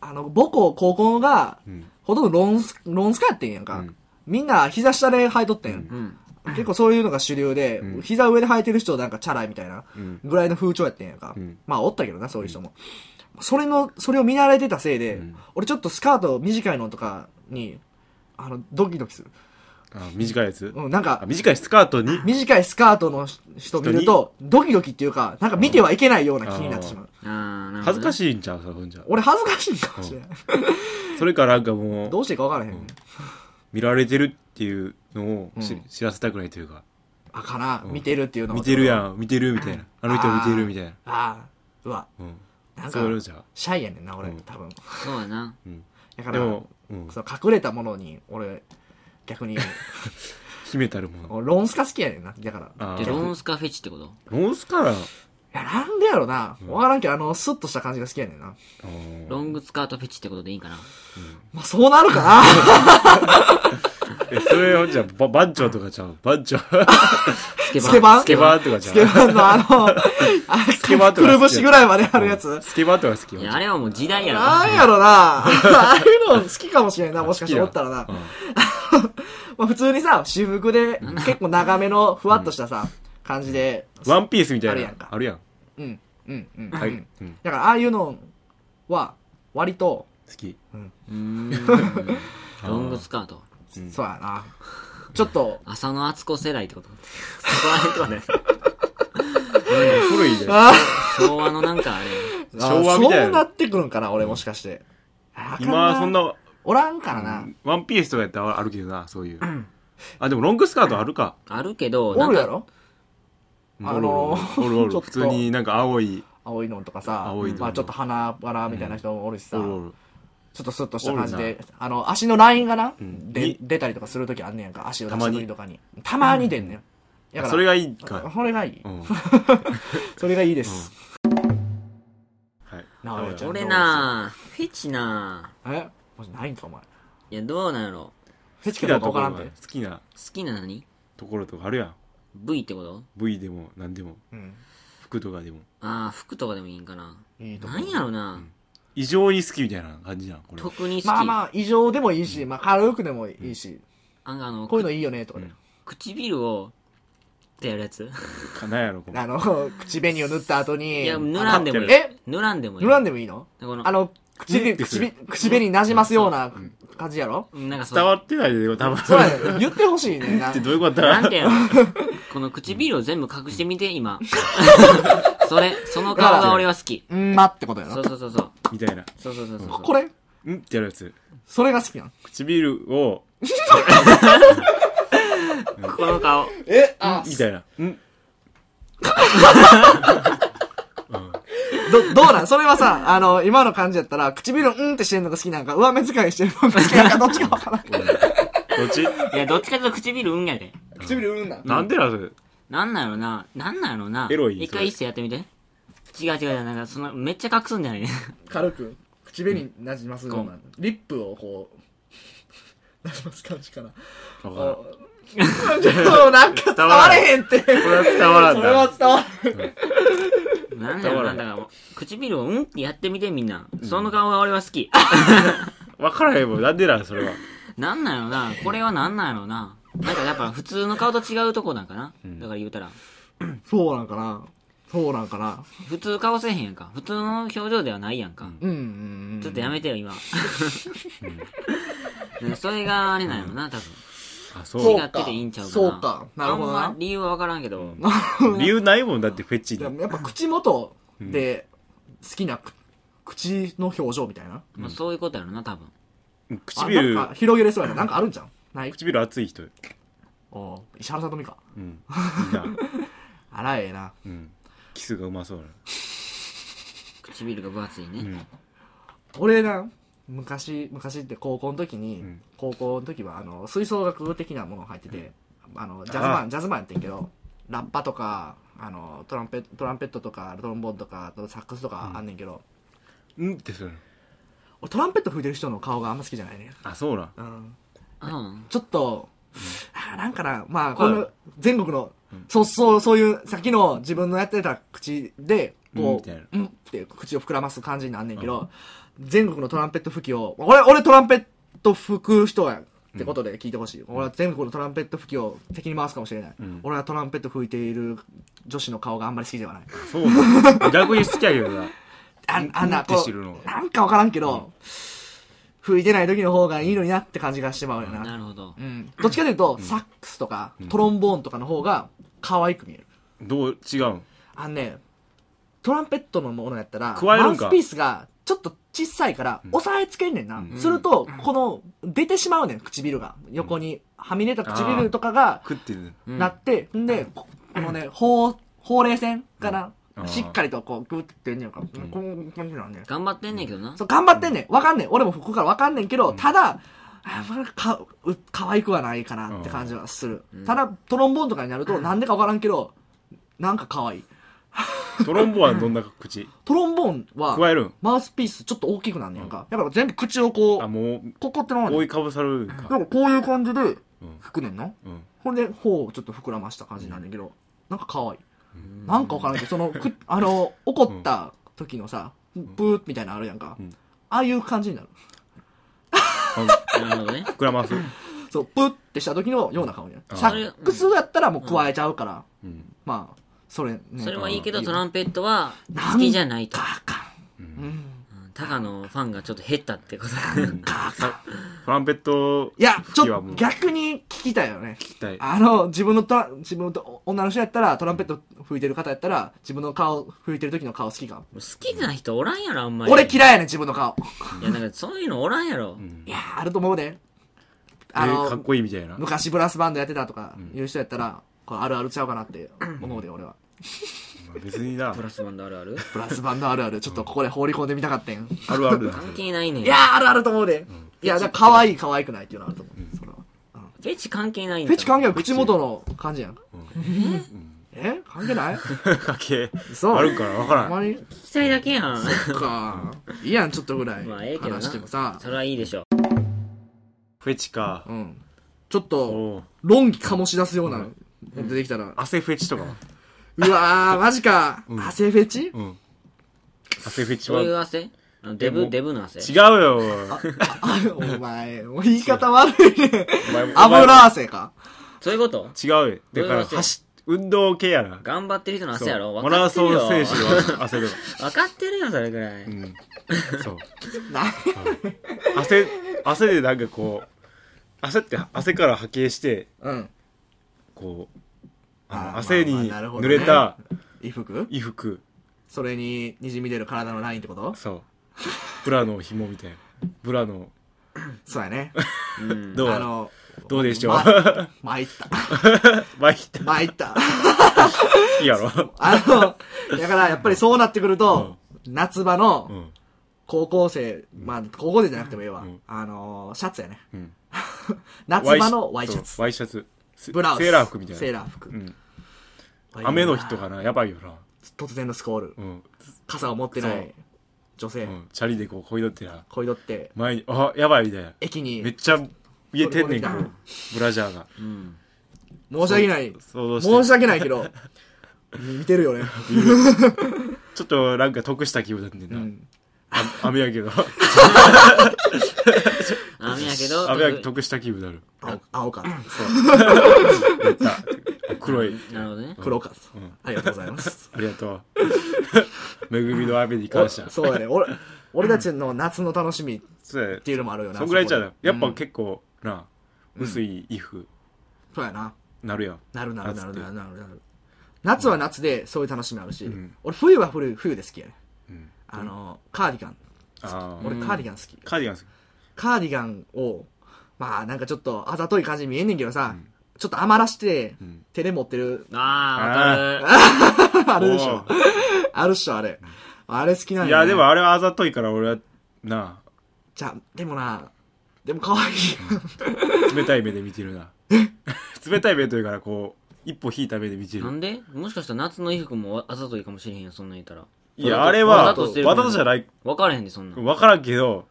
Speaker 3: あの母校高校が
Speaker 2: うん
Speaker 3: ほとんどロンスロンスカやってんやんか、
Speaker 2: うん
Speaker 3: みんな膝下で履いとってん、
Speaker 1: うん
Speaker 3: 結構そういうのが主流で、
Speaker 2: うん
Speaker 3: 膝上で履いてる人なんかチャラいみたいな
Speaker 2: うん
Speaker 3: ぐらいの風潮やってんやんか、
Speaker 2: うん
Speaker 3: まあおったけどなそういう人も、それのそれを見慣れてたせいで、
Speaker 2: うん
Speaker 3: 俺ちょっとスカート短いのとかにあのドキドキする、
Speaker 2: あ短いやつ、
Speaker 3: うん、なん
Speaker 2: あ
Speaker 3: か
Speaker 2: 短いスカートに
Speaker 3: 短いスカートの人見るとドキドキっていうかなんか見てはいけないような気になってしまう、
Speaker 1: あーなるほどね
Speaker 2: 恥ずかしいんちゃうさほんじゃ
Speaker 3: 俺恥ずかしいかもしれない、
Speaker 2: それからなんかもう
Speaker 3: どうしていいか分からへん、
Speaker 2: うん見られてるっていうのを知,、
Speaker 3: うん
Speaker 2: 知らせたくないというか
Speaker 3: あかな、
Speaker 2: うん
Speaker 3: 見てるっていうの
Speaker 2: 見てるや
Speaker 3: ん
Speaker 2: ん見てるみたいなあの人見てるみたいな
Speaker 3: ああうわ
Speaker 2: うん
Speaker 3: なんか
Speaker 2: そういうじゃう
Speaker 3: シャイやねんな俺、
Speaker 2: うん
Speaker 3: 多分
Speaker 1: そうやな
Speaker 2: うん
Speaker 3: だから
Speaker 2: でも、うん、
Speaker 3: その隠れたものに俺逆 に
Speaker 2: 秘めたるもの
Speaker 3: 俺ロンスカ好きやねんなだから
Speaker 2: あ
Speaker 1: で
Speaker 2: ー
Speaker 1: ロンスカフェチってこと
Speaker 2: ロンスカラ
Speaker 3: いやなんでやろな、分からんけどあのスッとした感じが好きやねんな
Speaker 1: ロングスカートフェチってことでいいんかな
Speaker 3: まあそうなるかな
Speaker 2: えそれほんじゃば番長とかちゃう番 長
Speaker 1: スケ
Speaker 3: スケバン
Speaker 2: スケバンとかち
Speaker 3: ス
Speaker 2: ゃ
Speaker 3: ケ
Speaker 2: う
Speaker 3: バンのあのあ
Speaker 2: スケバンと
Speaker 3: く
Speaker 2: か
Speaker 3: るぶしぐらいまであるやつ、
Speaker 2: スケバンとか好き
Speaker 1: いやあれはもう時代やろ
Speaker 3: なん やろなああいうの好きかもし れんな、もしかしておったらな。
Speaker 2: うん
Speaker 3: まあ普通にさ、私服で結構長めのふわっとしたさ、感じで。
Speaker 2: ワンピースみた
Speaker 3: ある
Speaker 2: い
Speaker 3: や
Speaker 2: なん
Speaker 3: か
Speaker 2: あるやん
Speaker 3: うん、うん、うん。
Speaker 2: は
Speaker 3: う
Speaker 2: い
Speaker 3: ん
Speaker 2: うん
Speaker 3: だからああいうのは、割と、
Speaker 2: 好き
Speaker 1: うー んロングスカート
Speaker 3: そうやな。ちょっと、
Speaker 1: 浅野敦子世代ってことそこら辺とかね
Speaker 2: 古いで
Speaker 1: 昭和のなんかあれ
Speaker 2: 昭和みたいな
Speaker 3: あそうなってくるんかな、俺もしかして。あか
Speaker 2: 今そん。な
Speaker 3: おらんからな。
Speaker 2: ワンピースとかやったらあるけどなそういうあでもロングスカートあるか
Speaker 1: あるけどな
Speaker 3: お
Speaker 1: ん
Speaker 3: るや
Speaker 1: か
Speaker 3: ろあのー
Speaker 2: おるおるおる
Speaker 3: ちょっと
Speaker 2: おる普通になんか青い
Speaker 3: 青いのとかさ
Speaker 2: 青い、の
Speaker 3: まあちょっと花柄みたいな人もおるしさ、
Speaker 2: おるお
Speaker 3: ちょ
Speaker 2: る
Speaker 3: っとスッとした感じで、あの、足のラインがな、
Speaker 2: ん
Speaker 3: で
Speaker 2: に
Speaker 3: 出たりとかするときあんねやんか、足を出
Speaker 2: た
Speaker 3: し
Speaker 2: ま
Speaker 3: た
Speaker 2: に
Speaker 3: ときとかに。たまに出んねん。だから
Speaker 2: それがいい か
Speaker 3: それがいい。
Speaker 2: うん
Speaker 3: それがいいです。
Speaker 2: はい
Speaker 3: なあおちゃん
Speaker 1: 俺なフェチな
Speaker 3: えもしないんか、お前。
Speaker 1: いやどうなんやろ
Speaker 3: フェ
Speaker 2: 好
Speaker 3: チ
Speaker 2: き
Speaker 3: かど
Speaker 2: な
Speaker 3: うか
Speaker 2: と
Speaker 3: わ
Speaker 2: こ
Speaker 3: から
Speaker 2: ろ
Speaker 3: ん
Speaker 2: が
Speaker 3: て。
Speaker 2: 好きな
Speaker 1: 好きな何
Speaker 2: ところとかあるやん
Speaker 1: ?V ってこと
Speaker 2: V でも何でも
Speaker 3: うん。
Speaker 2: 服とかでも
Speaker 1: ああ服とかでもいいんかない
Speaker 3: いとこ
Speaker 1: なんやろな
Speaker 2: 異常に好きみたいな感じじゃんこれ
Speaker 1: 特に好き
Speaker 3: まあ
Speaker 1: あ
Speaker 3: まあ、異常でもいいし、まあ軽くでもいいし、
Speaker 1: の
Speaker 3: こういうのいいよね、とかね。
Speaker 1: 唇をってやるやつ
Speaker 2: かなんやろこれ
Speaker 3: あの、 口紅を塗った後に。
Speaker 1: いや塗らんでもいい
Speaker 3: え
Speaker 1: 塗らんでもいい
Speaker 3: 塗らんでもいいの
Speaker 1: この
Speaker 3: あの、口
Speaker 2: ね
Speaker 3: 紅、
Speaker 2: って
Speaker 3: 口
Speaker 2: する
Speaker 3: 紅、口紅なじますような感じやろ
Speaker 1: なんかそ
Speaker 2: 伝
Speaker 1: の
Speaker 2: わってないでよ多分
Speaker 3: そうやねん言ってほしいねんな
Speaker 2: っ。て どういうことだ
Speaker 1: なんてや ろこの唇を全部隠してみて、今。それ、その顔が俺は好き。
Speaker 3: うんまってことや
Speaker 1: そ
Speaker 3: ろ
Speaker 1: うそうそうそう。
Speaker 2: みたいな
Speaker 1: そうそうそうそう。
Speaker 3: これ
Speaker 2: んってやるやつ
Speaker 3: それが好きなの
Speaker 2: 唇を
Speaker 1: この顔。
Speaker 3: えあ
Speaker 2: みたいなんうん
Speaker 3: ど、どうなんそれはさ、あの、今の感じやったら、唇うんってしてるのが好きなんか、上目遣いしてるのが好きなん か、どっちかわからん。
Speaker 2: どっち
Speaker 1: いや、どっちかというと唇うんやで。
Speaker 3: 唇うんなん
Speaker 2: なんでなの
Speaker 1: なんなんやろな。なんなんやろな。
Speaker 2: エロい
Speaker 1: 一回一世やってみて。違う違う違う。なんか、その、めっちゃ隠すんじゃ ないね。
Speaker 3: 軽く、唇になじますよう
Speaker 1: う
Speaker 3: な。リップをこう、なじます感じかな。
Speaker 2: わからん
Speaker 3: あそう、なんか伝われへんって。それ
Speaker 2: これは伝わらんな
Speaker 3: は伝わる。
Speaker 1: なんだろうな。だから、唇をうんってやってみてみんな。その顔が俺は好き。
Speaker 2: わからへんもんなんでなのそれは
Speaker 1: なんなんやろな。これはなんなんやろな。なんかやっぱ普通の顔と違うとこなんかな。だから言うたら。
Speaker 3: そうなんかな。そうなんかな。
Speaker 1: 普通顔せえへんやんか。普通の表情ではないやんか。
Speaker 3: うんうんうん。
Speaker 1: ちょっとやめてよ、今。 うんそれがあれなんやろな、多
Speaker 2: あ
Speaker 1: 分。
Speaker 2: そ
Speaker 1: 違ってていいんちゃうかな。
Speaker 3: そうかなるほどな
Speaker 1: あんま理由はわからんけど。
Speaker 2: う理由ないもんだってフェチに
Speaker 3: やっぱ口元で好きなく口の表情みたいな。
Speaker 1: まあそういうことやろな、多分。
Speaker 3: あ
Speaker 2: 唇
Speaker 3: なんか広げれそうやな。なんかあるんじゃんない
Speaker 2: 唇熱い人
Speaker 3: おう石原さとみか。
Speaker 2: うんいいな
Speaker 3: あらええな。
Speaker 2: うんキスがうまそうな
Speaker 1: 唇が分厚いね。
Speaker 2: うん
Speaker 3: 俺な、昔、昔って高校の時に、
Speaker 2: ん
Speaker 3: 高校の時は、あの、吹奏楽的なもの入ってて、あの、ジャズマン、ジャズマンやってんけど、ラッパとか、あの、トランペット、トランペットとか、トロンボーンとか、あとサックスとかあんねんけど、
Speaker 2: うんってするの
Speaker 3: 俺トランペット吹いてる人の顔があんま好きじゃないね。
Speaker 2: あそうなん
Speaker 3: うん。
Speaker 1: あ、そうなの
Speaker 3: ちょっと、あーなんかな、まあ、こ
Speaker 2: はい
Speaker 3: の、全国の、そう、そう、そういう、さっきの自分のやってた口で、
Speaker 2: うんみ
Speaker 3: こ
Speaker 2: たいうな、
Speaker 3: うんって口を膨らます感じになんねんけど、全国のトランペット吹きを、俺、俺トランペット吹く人や。ってことで聞いてほしい。俺は全国のトランペット吹きを敵に回すかもしれない。俺はトランペット吹いている女子の顔があんまり好きではない。
Speaker 2: そうなん逆に好きやけどな
Speaker 3: ああんな、
Speaker 2: うんって
Speaker 3: こ
Speaker 2: 知るの
Speaker 3: う、なんかわからんけど、吹いてない時の方がいいのになって感じがしてまうよな。
Speaker 1: なるほど。
Speaker 3: うんどっちかというと、サックスとか、トロンボーンとかの方が可愛く見える。
Speaker 2: どう違うん
Speaker 3: あのね、トランペットのものやったら、
Speaker 2: 加える
Speaker 3: マ
Speaker 2: ん
Speaker 3: ウ
Speaker 2: か
Speaker 3: スピースがちょっと小さいから、押さえつけんねんな。すると、この、出てしまうねん、唇が。横に、はみ出た唇とかが、
Speaker 2: 食ってる
Speaker 1: うん
Speaker 3: なって、んで、ここのね、ほう、ほうれい線かな
Speaker 2: う。ん
Speaker 3: しっかりとこう、グッてんねんか。こういう感じなんねん。
Speaker 1: 頑張ってんねんけどな。
Speaker 3: そう、頑張ってんねん。わかんねん。俺もここからわかんねんけど、ただ、あこれか、う、可愛くはないかなって感じはする。ただ、トロンボーンとかになると、なんでかわからんけど、なんか可愛い。
Speaker 2: トロンボーンはどんな口
Speaker 3: トロンボーン
Speaker 2: 加え
Speaker 3: は、
Speaker 2: るん
Speaker 3: マウスピースちょっと大きくなんねんか。だから全部口をこ
Speaker 2: あ
Speaker 3: う、
Speaker 2: も
Speaker 3: ここってなる
Speaker 2: う
Speaker 3: ね
Speaker 2: 覆
Speaker 3: ん
Speaker 2: いかぶさるんか
Speaker 3: だからこういう感じで、
Speaker 2: うん
Speaker 3: 吹くねんな。
Speaker 2: うん
Speaker 3: ほんで、頬をちょっと膨らました感じになんだけど、なんか可愛い。なんかわからんけど、その、く、あの、怒った時のさ、ブーみたいなのあるやんか
Speaker 2: うん。
Speaker 3: ああいう感じになる。
Speaker 2: あ
Speaker 1: なるほどね。
Speaker 2: 膨らます
Speaker 3: そう、プッてした時のような顔になる。
Speaker 2: あ
Speaker 3: サックスやったらもう加えちゃうから、
Speaker 2: うん
Speaker 3: まあ、それね。
Speaker 1: それはいいけど、ト
Speaker 3: ン
Speaker 1: ランペットは好きじゃないと。
Speaker 3: カーカうん。
Speaker 1: うんタカのファンがちょっと減ったってこと
Speaker 3: カーカン
Speaker 2: トランペット
Speaker 3: いや、ち
Speaker 2: 吹き
Speaker 3: ょ
Speaker 2: は
Speaker 3: っ
Speaker 2: も
Speaker 3: と
Speaker 2: う
Speaker 3: 逆に聞きたいよね。
Speaker 2: 聞きたい
Speaker 3: あの、自分のトラ、自分と女の人やったら、トランペット吹いてる方やったら、自分の顔、吹いてる時の顔好きか。
Speaker 1: 好きな人おらんやろ、あんまり。
Speaker 3: 俺嫌いやねん、自分の顔。
Speaker 1: いや、なんかそういうのおらんやろ。
Speaker 3: いやーあると思うで。あ
Speaker 2: え
Speaker 3: の、
Speaker 2: ーかっこいいみたいな
Speaker 3: 昔ブラスバンドやってたとかいう人やったら、これあるあるちゃうかなって思うで、俺は。
Speaker 2: 別にな
Speaker 1: プラスバンドあるある
Speaker 3: ブラスバンドあるある、ちょっとここで放り込んでみたかったん。い
Speaker 2: あるあ るだ
Speaker 1: 関係ないねん。
Speaker 3: やー、あるあると思うで。いや、だから可愛い可愛くないっていうのあると思う。それは
Speaker 1: フェチ関係ないんだ
Speaker 3: フェチ関係は口元の感じやん。え関係ない
Speaker 2: 関係
Speaker 3: そう。
Speaker 2: あるんかなわから
Speaker 3: ほん
Speaker 2: ん
Speaker 3: まに
Speaker 1: 聞きたいだけやん。
Speaker 3: か。いいやん、ちょっとぐらい。
Speaker 1: まあええけどな
Speaker 3: 話してもさ。
Speaker 1: それはいいでしょ。
Speaker 2: フェチか
Speaker 3: うん。ちょっと、
Speaker 2: おう
Speaker 3: 論議醸し出すような、出てきたら。
Speaker 2: 汗フェチとかは
Speaker 3: うわー、マジか。汗フェチ
Speaker 2: うん汗フェチ
Speaker 1: そういう
Speaker 2: は
Speaker 1: 汗あのデ
Speaker 2: で
Speaker 1: ブ、
Speaker 2: も
Speaker 1: デブの汗。
Speaker 2: 違うよ
Speaker 3: あお前、もう言い方悪いね。
Speaker 2: お前お前
Speaker 3: 油汗か。
Speaker 1: そういうこと
Speaker 2: 違う
Speaker 1: ど
Speaker 2: よだ
Speaker 1: ういう
Speaker 2: から
Speaker 1: 汗
Speaker 2: 走運動系やな
Speaker 1: 頑張ってる人の汗やろ
Speaker 2: そう
Speaker 1: 分
Speaker 2: マ
Speaker 1: か
Speaker 2: ラ
Speaker 1: ってる
Speaker 2: ソン
Speaker 1: よ。
Speaker 2: 選手の汗と
Speaker 1: 分
Speaker 2: か
Speaker 1: かってるよ、それぐらい。
Speaker 2: うんそう
Speaker 3: な、
Speaker 2: 汗汗でなんかこう汗って汗から波形して
Speaker 3: うん。
Speaker 2: こう
Speaker 3: あ
Speaker 2: あ
Speaker 3: ー
Speaker 2: の汗
Speaker 3: まあ
Speaker 2: に
Speaker 3: まあなるほ
Speaker 2: 濡
Speaker 3: どね
Speaker 2: れた
Speaker 3: 衣服
Speaker 2: 衣服
Speaker 3: それに、滲み出る体のラインってこと
Speaker 2: そうブラの紐みたいなブラの
Speaker 3: そうやね。
Speaker 1: うん
Speaker 2: どう
Speaker 3: あの、
Speaker 2: どうでしょう、
Speaker 3: ま、参った。
Speaker 2: まあいった
Speaker 3: 参った。
Speaker 2: いいやろ、
Speaker 3: あの、だからやっぱりそうなってくると、夏場
Speaker 2: う
Speaker 3: の
Speaker 2: ん
Speaker 3: 高校生、まあ高校生じゃなくてもいいわ。
Speaker 2: うん
Speaker 3: あの、シャツやね。
Speaker 2: うん、
Speaker 3: 夏場のワイシャ
Speaker 2: そ
Speaker 3: ツ
Speaker 2: う。ワイシャツセ
Speaker 3: ブラウス。
Speaker 2: セーラー服みたいな
Speaker 3: セーラー服。
Speaker 2: うん、雨の日と
Speaker 3: か。
Speaker 2: かなやばいよな、
Speaker 3: 突然のスコール。
Speaker 2: うん
Speaker 3: 傘を持ってな
Speaker 2: そう
Speaker 3: い女
Speaker 2: う
Speaker 3: 性。
Speaker 2: ん、チャリでこうこいどってな
Speaker 3: こいどって、
Speaker 2: 前にあやばいみたいな
Speaker 3: 駅
Speaker 2: めっ
Speaker 3: に、
Speaker 2: ちゃ見えてんねんけど
Speaker 3: これこれだ
Speaker 2: ブラジャーが
Speaker 1: うん
Speaker 3: 申し訳ない。
Speaker 2: 想像して
Speaker 3: 申し訳ないけど、見てるよね。
Speaker 2: ちょっとなんか得した気分だってん
Speaker 3: う
Speaker 2: な、
Speaker 3: ん。
Speaker 2: あ雨やけど
Speaker 1: 雨やけど
Speaker 2: 雨やけど得した気分になる
Speaker 3: 青青か。
Speaker 2: やった黒い
Speaker 1: なるほどね
Speaker 3: 黒か
Speaker 2: うん。
Speaker 3: ありがとうございます。
Speaker 2: ありがとう 恵みの雨に感謝
Speaker 3: おそうやね。俺、俺たちの夏の楽しみっ
Speaker 2: そうや
Speaker 3: ていうのもあるよな。
Speaker 2: そんぐらいじゃ
Speaker 3: そ
Speaker 2: な
Speaker 3: こで
Speaker 2: やっ
Speaker 3: う
Speaker 2: ぱ
Speaker 3: ん
Speaker 2: 結構な薄い衣服
Speaker 3: そうやな。
Speaker 2: なるやん
Speaker 3: なるなるなるな
Speaker 2: 夏って
Speaker 3: るなるなる。夏は夏でそういう楽しみあるし、
Speaker 2: うん
Speaker 3: 俺冬は冬冬で好きやね。
Speaker 2: うん
Speaker 3: あの、カーディガン。
Speaker 2: あ
Speaker 3: 俺
Speaker 2: あ
Speaker 1: うん
Speaker 3: カーディガン好き。
Speaker 2: カーディガン好き
Speaker 3: カーディガンを、まあなんかちょっとあざとい感じに見えんねんけどさ、ちょっと余らして
Speaker 2: うん
Speaker 3: 手で持ってる、
Speaker 1: ああわかる
Speaker 3: あるでしょ
Speaker 2: お。
Speaker 3: あるっしょ、あれ。あれ好きなん
Speaker 2: い
Speaker 3: よね
Speaker 2: やでもあれはあざといから俺はな
Speaker 3: じゃあ、でもな、でも可愛い。
Speaker 2: 冷たい目で見てるな 冷たい目というからこう一歩引いた目で見て
Speaker 1: な
Speaker 2: る
Speaker 1: んでもしかしたら夏の衣服もあざといかもしれへんやんそんなん言ったら
Speaker 2: いやあれは
Speaker 1: わざ
Speaker 2: わ
Speaker 1: としてる
Speaker 2: ざとじゃない
Speaker 1: 分からへんでそんなん
Speaker 2: 分からんけど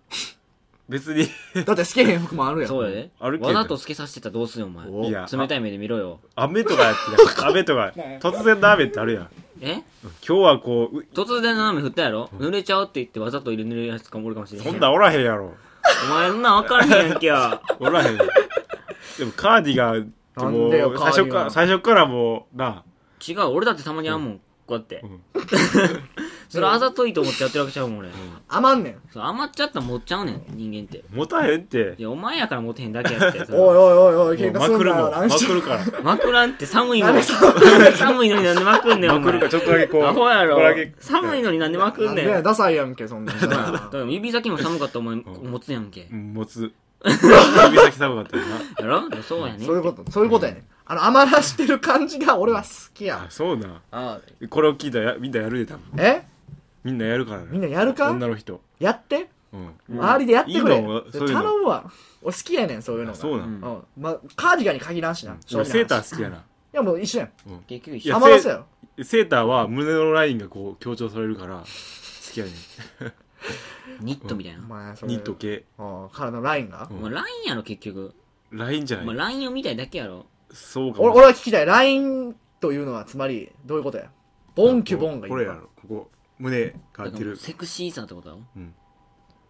Speaker 2: 別に
Speaker 3: だって好きへん服もあるやん。
Speaker 1: そうやで
Speaker 2: あるけど
Speaker 1: わざとつけさせてたらどうすんよお前
Speaker 3: お
Speaker 2: いや
Speaker 1: 冷たい目で見ろよ
Speaker 2: 雨とかやって雨とか突然の雨ってあるやん
Speaker 1: え
Speaker 2: 今日はこうう
Speaker 1: 突然の雨降ったやろ濡れちゃうって言ってわざと入れ濡れるやつかもおるかもしれへん
Speaker 2: そんなんおらへんやろ
Speaker 1: お前そんなん分からへんやんけよ
Speaker 2: おらへんよでもカーディガンって
Speaker 3: な
Speaker 2: も
Speaker 3: んでよ
Speaker 2: う最
Speaker 3: カ
Speaker 2: 初か
Speaker 3: ーディガ
Speaker 2: ら
Speaker 3: ン
Speaker 2: 最初からもうな
Speaker 1: 違う俺だってたまにあんもん、こうやって、
Speaker 2: うん
Speaker 1: それあざといと思ってやってるわけちゃうもん俺、
Speaker 3: 余んねん。
Speaker 1: そう余っちゃったら持っちゃうねん人間って
Speaker 2: 持たへんって
Speaker 1: いやお前やから持てへんだけやってそれ
Speaker 3: おいおいおいおい、
Speaker 2: も
Speaker 3: 喧
Speaker 2: う
Speaker 3: 嘩
Speaker 2: ます
Speaker 3: ん
Speaker 2: く
Speaker 3: な
Speaker 2: るも
Speaker 3: よ。
Speaker 2: ん
Speaker 3: 何
Speaker 2: ま
Speaker 3: し
Speaker 2: く
Speaker 3: てん
Speaker 2: るから
Speaker 1: まくらんって寒いも
Speaker 3: なん
Speaker 1: ん
Speaker 3: で
Speaker 1: 寒いのになんでまくんねんお
Speaker 2: まく
Speaker 1: 前
Speaker 2: るからちょっとだ けこう
Speaker 1: アホやろ
Speaker 2: これだけ
Speaker 1: 寒いのになんでまく
Speaker 3: なんん
Speaker 1: ね
Speaker 3: で
Speaker 1: ん
Speaker 3: やダサいやんけ、そんなん。
Speaker 1: だから指先も寒かったらお前持つやんけ
Speaker 2: うん持つ 指先寒かったよな
Speaker 1: やろそうやね
Speaker 3: そういうこと、そういうことやねん。あの、余らしてる感じが俺は好きや
Speaker 2: あ。そうな
Speaker 3: あ
Speaker 2: これを聞いたらやみんなやるで多分
Speaker 3: え
Speaker 2: みんなやるからね
Speaker 3: みんなやるか
Speaker 2: 女の人
Speaker 3: やって
Speaker 2: うん
Speaker 3: 周りでやってくれ。
Speaker 2: いいのそういうの
Speaker 3: 頼むわ。俺好きやねん、そういうの
Speaker 2: あ
Speaker 3: が。
Speaker 2: そうな
Speaker 1: うん
Speaker 2: ん
Speaker 3: うん。まあ、カーディガンに限らんしな。
Speaker 2: 俺セータ
Speaker 3: い
Speaker 2: ー好きやな
Speaker 3: や、もう一緒やん。
Speaker 1: 結局
Speaker 2: い
Speaker 1: 一
Speaker 2: や
Speaker 1: 緒
Speaker 3: 余らせよ。
Speaker 2: セーターは胸のラインがこう強調されるから好きやね
Speaker 1: ニットみたいな、
Speaker 3: お前、それ。
Speaker 2: ニット系
Speaker 3: うん。体のラインが
Speaker 2: う。ん
Speaker 1: まあ、ラインやろ結局、
Speaker 2: ラインじゃ
Speaker 1: まあ、
Speaker 2: ない
Speaker 1: ラインを見たいだけやろ
Speaker 2: そうか
Speaker 3: 俺
Speaker 2: も
Speaker 3: 俺は聞きたい。ラインというのは、つまり、どういうことやボンキュボンがいい
Speaker 2: こ
Speaker 3: の
Speaker 2: れ
Speaker 3: か。
Speaker 2: やろここ胸が
Speaker 1: だから
Speaker 2: って
Speaker 1: もう
Speaker 2: る
Speaker 1: セクシーさってことだろ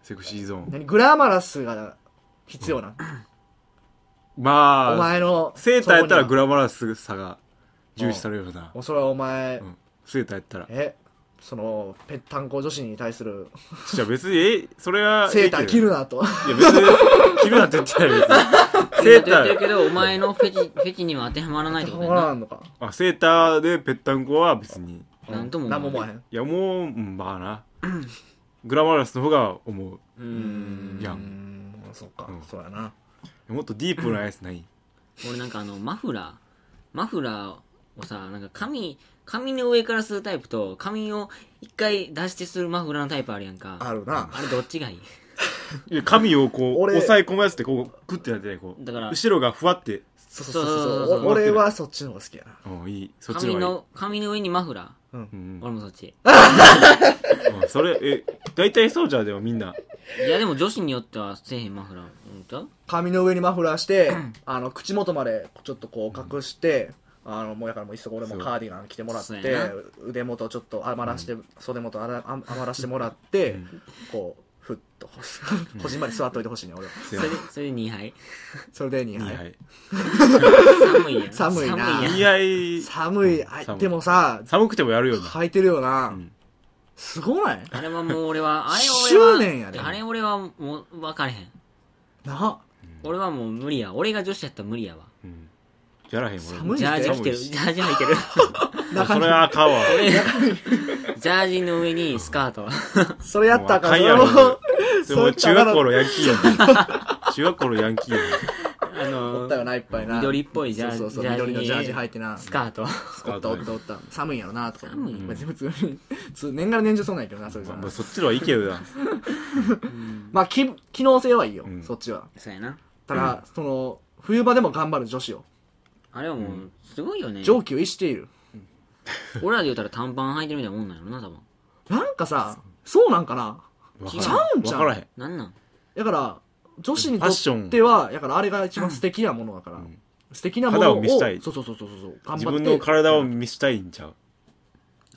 Speaker 2: セクシーゾーン
Speaker 3: 何グラマラスが必要な。お
Speaker 2: まあ
Speaker 3: 前の。
Speaker 2: セーターやったらグ
Speaker 3: ラ
Speaker 2: ラマラスさが重視されるよな
Speaker 3: もうそれはお前
Speaker 2: う、んセーターやったら
Speaker 3: えその、ぺったんこ女子に対する、
Speaker 2: じゃあ別にえそれは
Speaker 3: セーター着るなと。
Speaker 2: いや別に着るなって言って ない別にセータ
Speaker 1: 言ってるけ
Speaker 2: ー
Speaker 1: どお前のフェチフ ェチには当てはまらないってことや
Speaker 3: わら
Speaker 1: なん
Speaker 3: のか。
Speaker 2: あセーターでぺったんこは別に
Speaker 1: なんとも
Speaker 3: 何も思
Speaker 1: 思わ
Speaker 3: わへ
Speaker 1: へん
Speaker 3: ん。
Speaker 2: いやもううんまあ なグラマラスの方が思う
Speaker 1: う
Speaker 3: うん
Speaker 2: いや
Speaker 3: ん。そっか
Speaker 2: うん、
Speaker 3: そうやな。
Speaker 2: もっとディープなやつない
Speaker 1: 俺なんかあのマフラーマフラーをさなんか髪髪の上からするタイプと髪を一回出してするマフラーのタイプあるやんか
Speaker 3: あるな。
Speaker 1: あれどっちがいい
Speaker 2: いや髪をこう
Speaker 3: 俺
Speaker 2: 押さえ込むやつってこうグッてなってねこう
Speaker 1: だから
Speaker 2: 後ろがふわって
Speaker 3: そう
Speaker 1: そうそうそう
Speaker 3: お俺はそっちの方が好きやな。
Speaker 2: うんいいそっち
Speaker 1: 髪
Speaker 2: の方が
Speaker 1: の髪の上にマフラ
Speaker 2: いいうん
Speaker 1: ー俺もそっち
Speaker 2: うんうんそれえ大体そうじゃんでもみんない
Speaker 1: やでも女子によってはせえへんマフラーうんと
Speaker 3: 髪の上にマフラーして、あの、口元までちょっとこう隠して、あの、もうやからもういっそ俺もカーディガン着てもらって
Speaker 1: そうやな、
Speaker 3: 腕元ちょっと余らして、袖元あらあ余らしてもらって、こう、ふっと、こじんまり座っといてほしいね、俺は。
Speaker 1: それでそれで2杯
Speaker 3: それで2
Speaker 2: 似合
Speaker 3: 杯。
Speaker 2: い
Speaker 1: 寒いやん
Speaker 3: 寒いな
Speaker 1: やん
Speaker 2: 似合い
Speaker 3: 寒い、あ
Speaker 2: 寒い
Speaker 3: でもさ、
Speaker 2: 寒くてもやるよな
Speaker 3: 履いてるよな。
Speaker 2: ん
Speaker 3: すごない
Speaker 1: あれはもう俺は、あれ俺は、
Speaker 3: 執念やで
Speaker 1: あれ俺はもう分かれへん。
Speaker 3: な
Speaker 1: 俺はもう無理や。俺が女子やったら無理やわ。
Speaker 2: うんやらへん俺も
Speaker 3: 寒い
Speaker 1: ジャージ
Speaker 2: 寒
Speaker 1: 着てる。
Speaker 2: いし
Speaker 1: ジャージ履いて る。
Speaker 2: あそれはあかんわ
Speaker 1: ジャージの上にスカート。
Speaker 3: それやったらあかんそ
Speaker 2: もう赤い
Speaker 3: れ
Speaker 2: やろ
Speaker 3: も
Speaker 2: それもう中学校のヤンキーや ん中学校のヤンキーやん
Speaker 1: あ
Speaker 3: お
Speaker 1: の
Speaker 3: ったよな、いっぱいな。
Speaker 1: 緑っぽいジャージ
Speaker 3: そうそう
Speaker 1: ジ
Speaker 3: そう、
Speaker 1: ャージ
Speaker 3: 緑のジャージ履いてな。
Speaker 1: スカート
Speaker 2: カ
Speaker 3: お
Speaker 2: ー
Speaker 3: った
Speaker 2: ト
Speaker 3: おったおった。寒いんやろな、とか。
Speaker 1: 寒い
Speaker 3: まあでも普通に普通年がら年中そうなんやけどな、それじゃ
Speaker 2: もうそっちの方がいけ よな
Speaker 3: まあ、き機能性はいいよ
Speaker 2: う、ん
Speaker 3: そっちは。
Speaker 1: そうやな
Speaker 3: ただ、その、冬場でも頑張る女子を。
Speaker 1: あれはもうすごいよね
Speaker 3: 上気を逸している。
Speaker 1: 俺らで言うたら短パン履いてるみたいなもんなんやろな多分
Speaker 3: なんかさ、そうなんかな。
Speaker 2: わ
Speaker 3: ちゃうん
Speaker 2: か
Speaker 3: ちゃう
Speaker 2: らへん
Speaker 1: なんなん
Speaker 3: だから、女子にと
Speaker 2: ファ
Speaker 3: っ
Speaker 2: ッシ
Speaker 3: ては、だからあれが一番素敵なものだから。素敵なも
Speaker 2: 肌
Speaker 3: の
Speaker 2: を見せたい
Speaker 3: そうそうそうそうそう。頑
Speaker 2: 自
Speaker 3: 張
Speaker 2: 分
Speaker 3: っ
Speaker 2: の
Speaker 3: て。
Speaker 2: 体を見したいんちゃう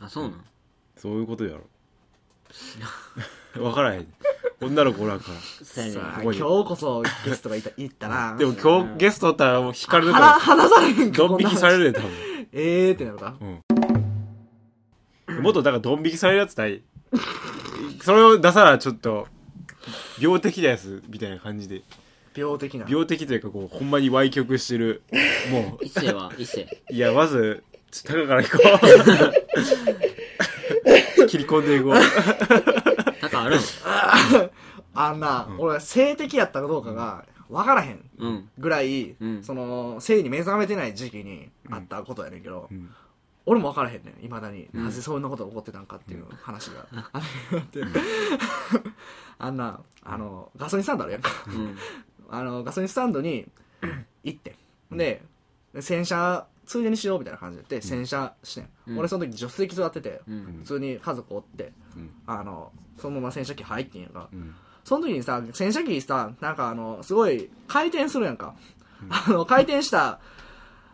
Speaker 1: あそうなん
Speaker 2: そういうことや ろわからへん女の子おらんか
Speaker 1: そうやね
Speaker 3: さあ、今
Speaker 2: すごい
Speaker 3: 日
Speaker 2: よ
Speaker 3: こそゲストがいた、いったな
Speaker 2: ら。でも今日ゲストおったらもう引かれる
Speaker 3: 腹、
Speaker 2: か
Speaker 3: 話されへんか
Speaker 2: らドン引きされ
Speaker 3: る。
Speaker 2: るで多
Speaker 3: ええーってなるか。
Speaker 2: 分もっとだからドン引きされるやつないそれを出さなちょっと病的なやつみたいな感じで
Speaker 3: 病的な。
Speaker 2: 病的というかこうほんまに歪曲してるもう
Speaker 1: 一世は一世
Speaker 2: いや、まず、ちょっと高から行こ う。切り込んでいこう。
Speaker 1: 高あるん
Speaker 3: あんな、俺は性的やったかどうかが分からへん
Speaker 1: うん
Speaker 3: ぐらい、
Speaker 1: うん
Speaker 3: その性に目覚めてない時期にあったことやねんけど、
Speaker 2: ん
Speaker 3: 俺も分からへんねんいまだに、なぜそんなことが起こってたんかっていう話が、あって あんなあのガソリンスタンドあるやんか
Speaker 1: うん
Speaker 3: あのガソリンスタンドに行ってんで洗車ついでにしようみたいな感じで言って洗車してん、
Speaker 1: うん
Speaker 3: 俺その時助手席座ってて、
Speaker 1: うん
Speaker 3: 普通に家族おって、
Speaker 2: うん
Speaker 3: あのそのまま洗車機入ってんやんか、
Speaker 2: うん
Speaker 3: その時にさ、洗車機さ、なんかあの、すごい回転するやんか。あの、回転した、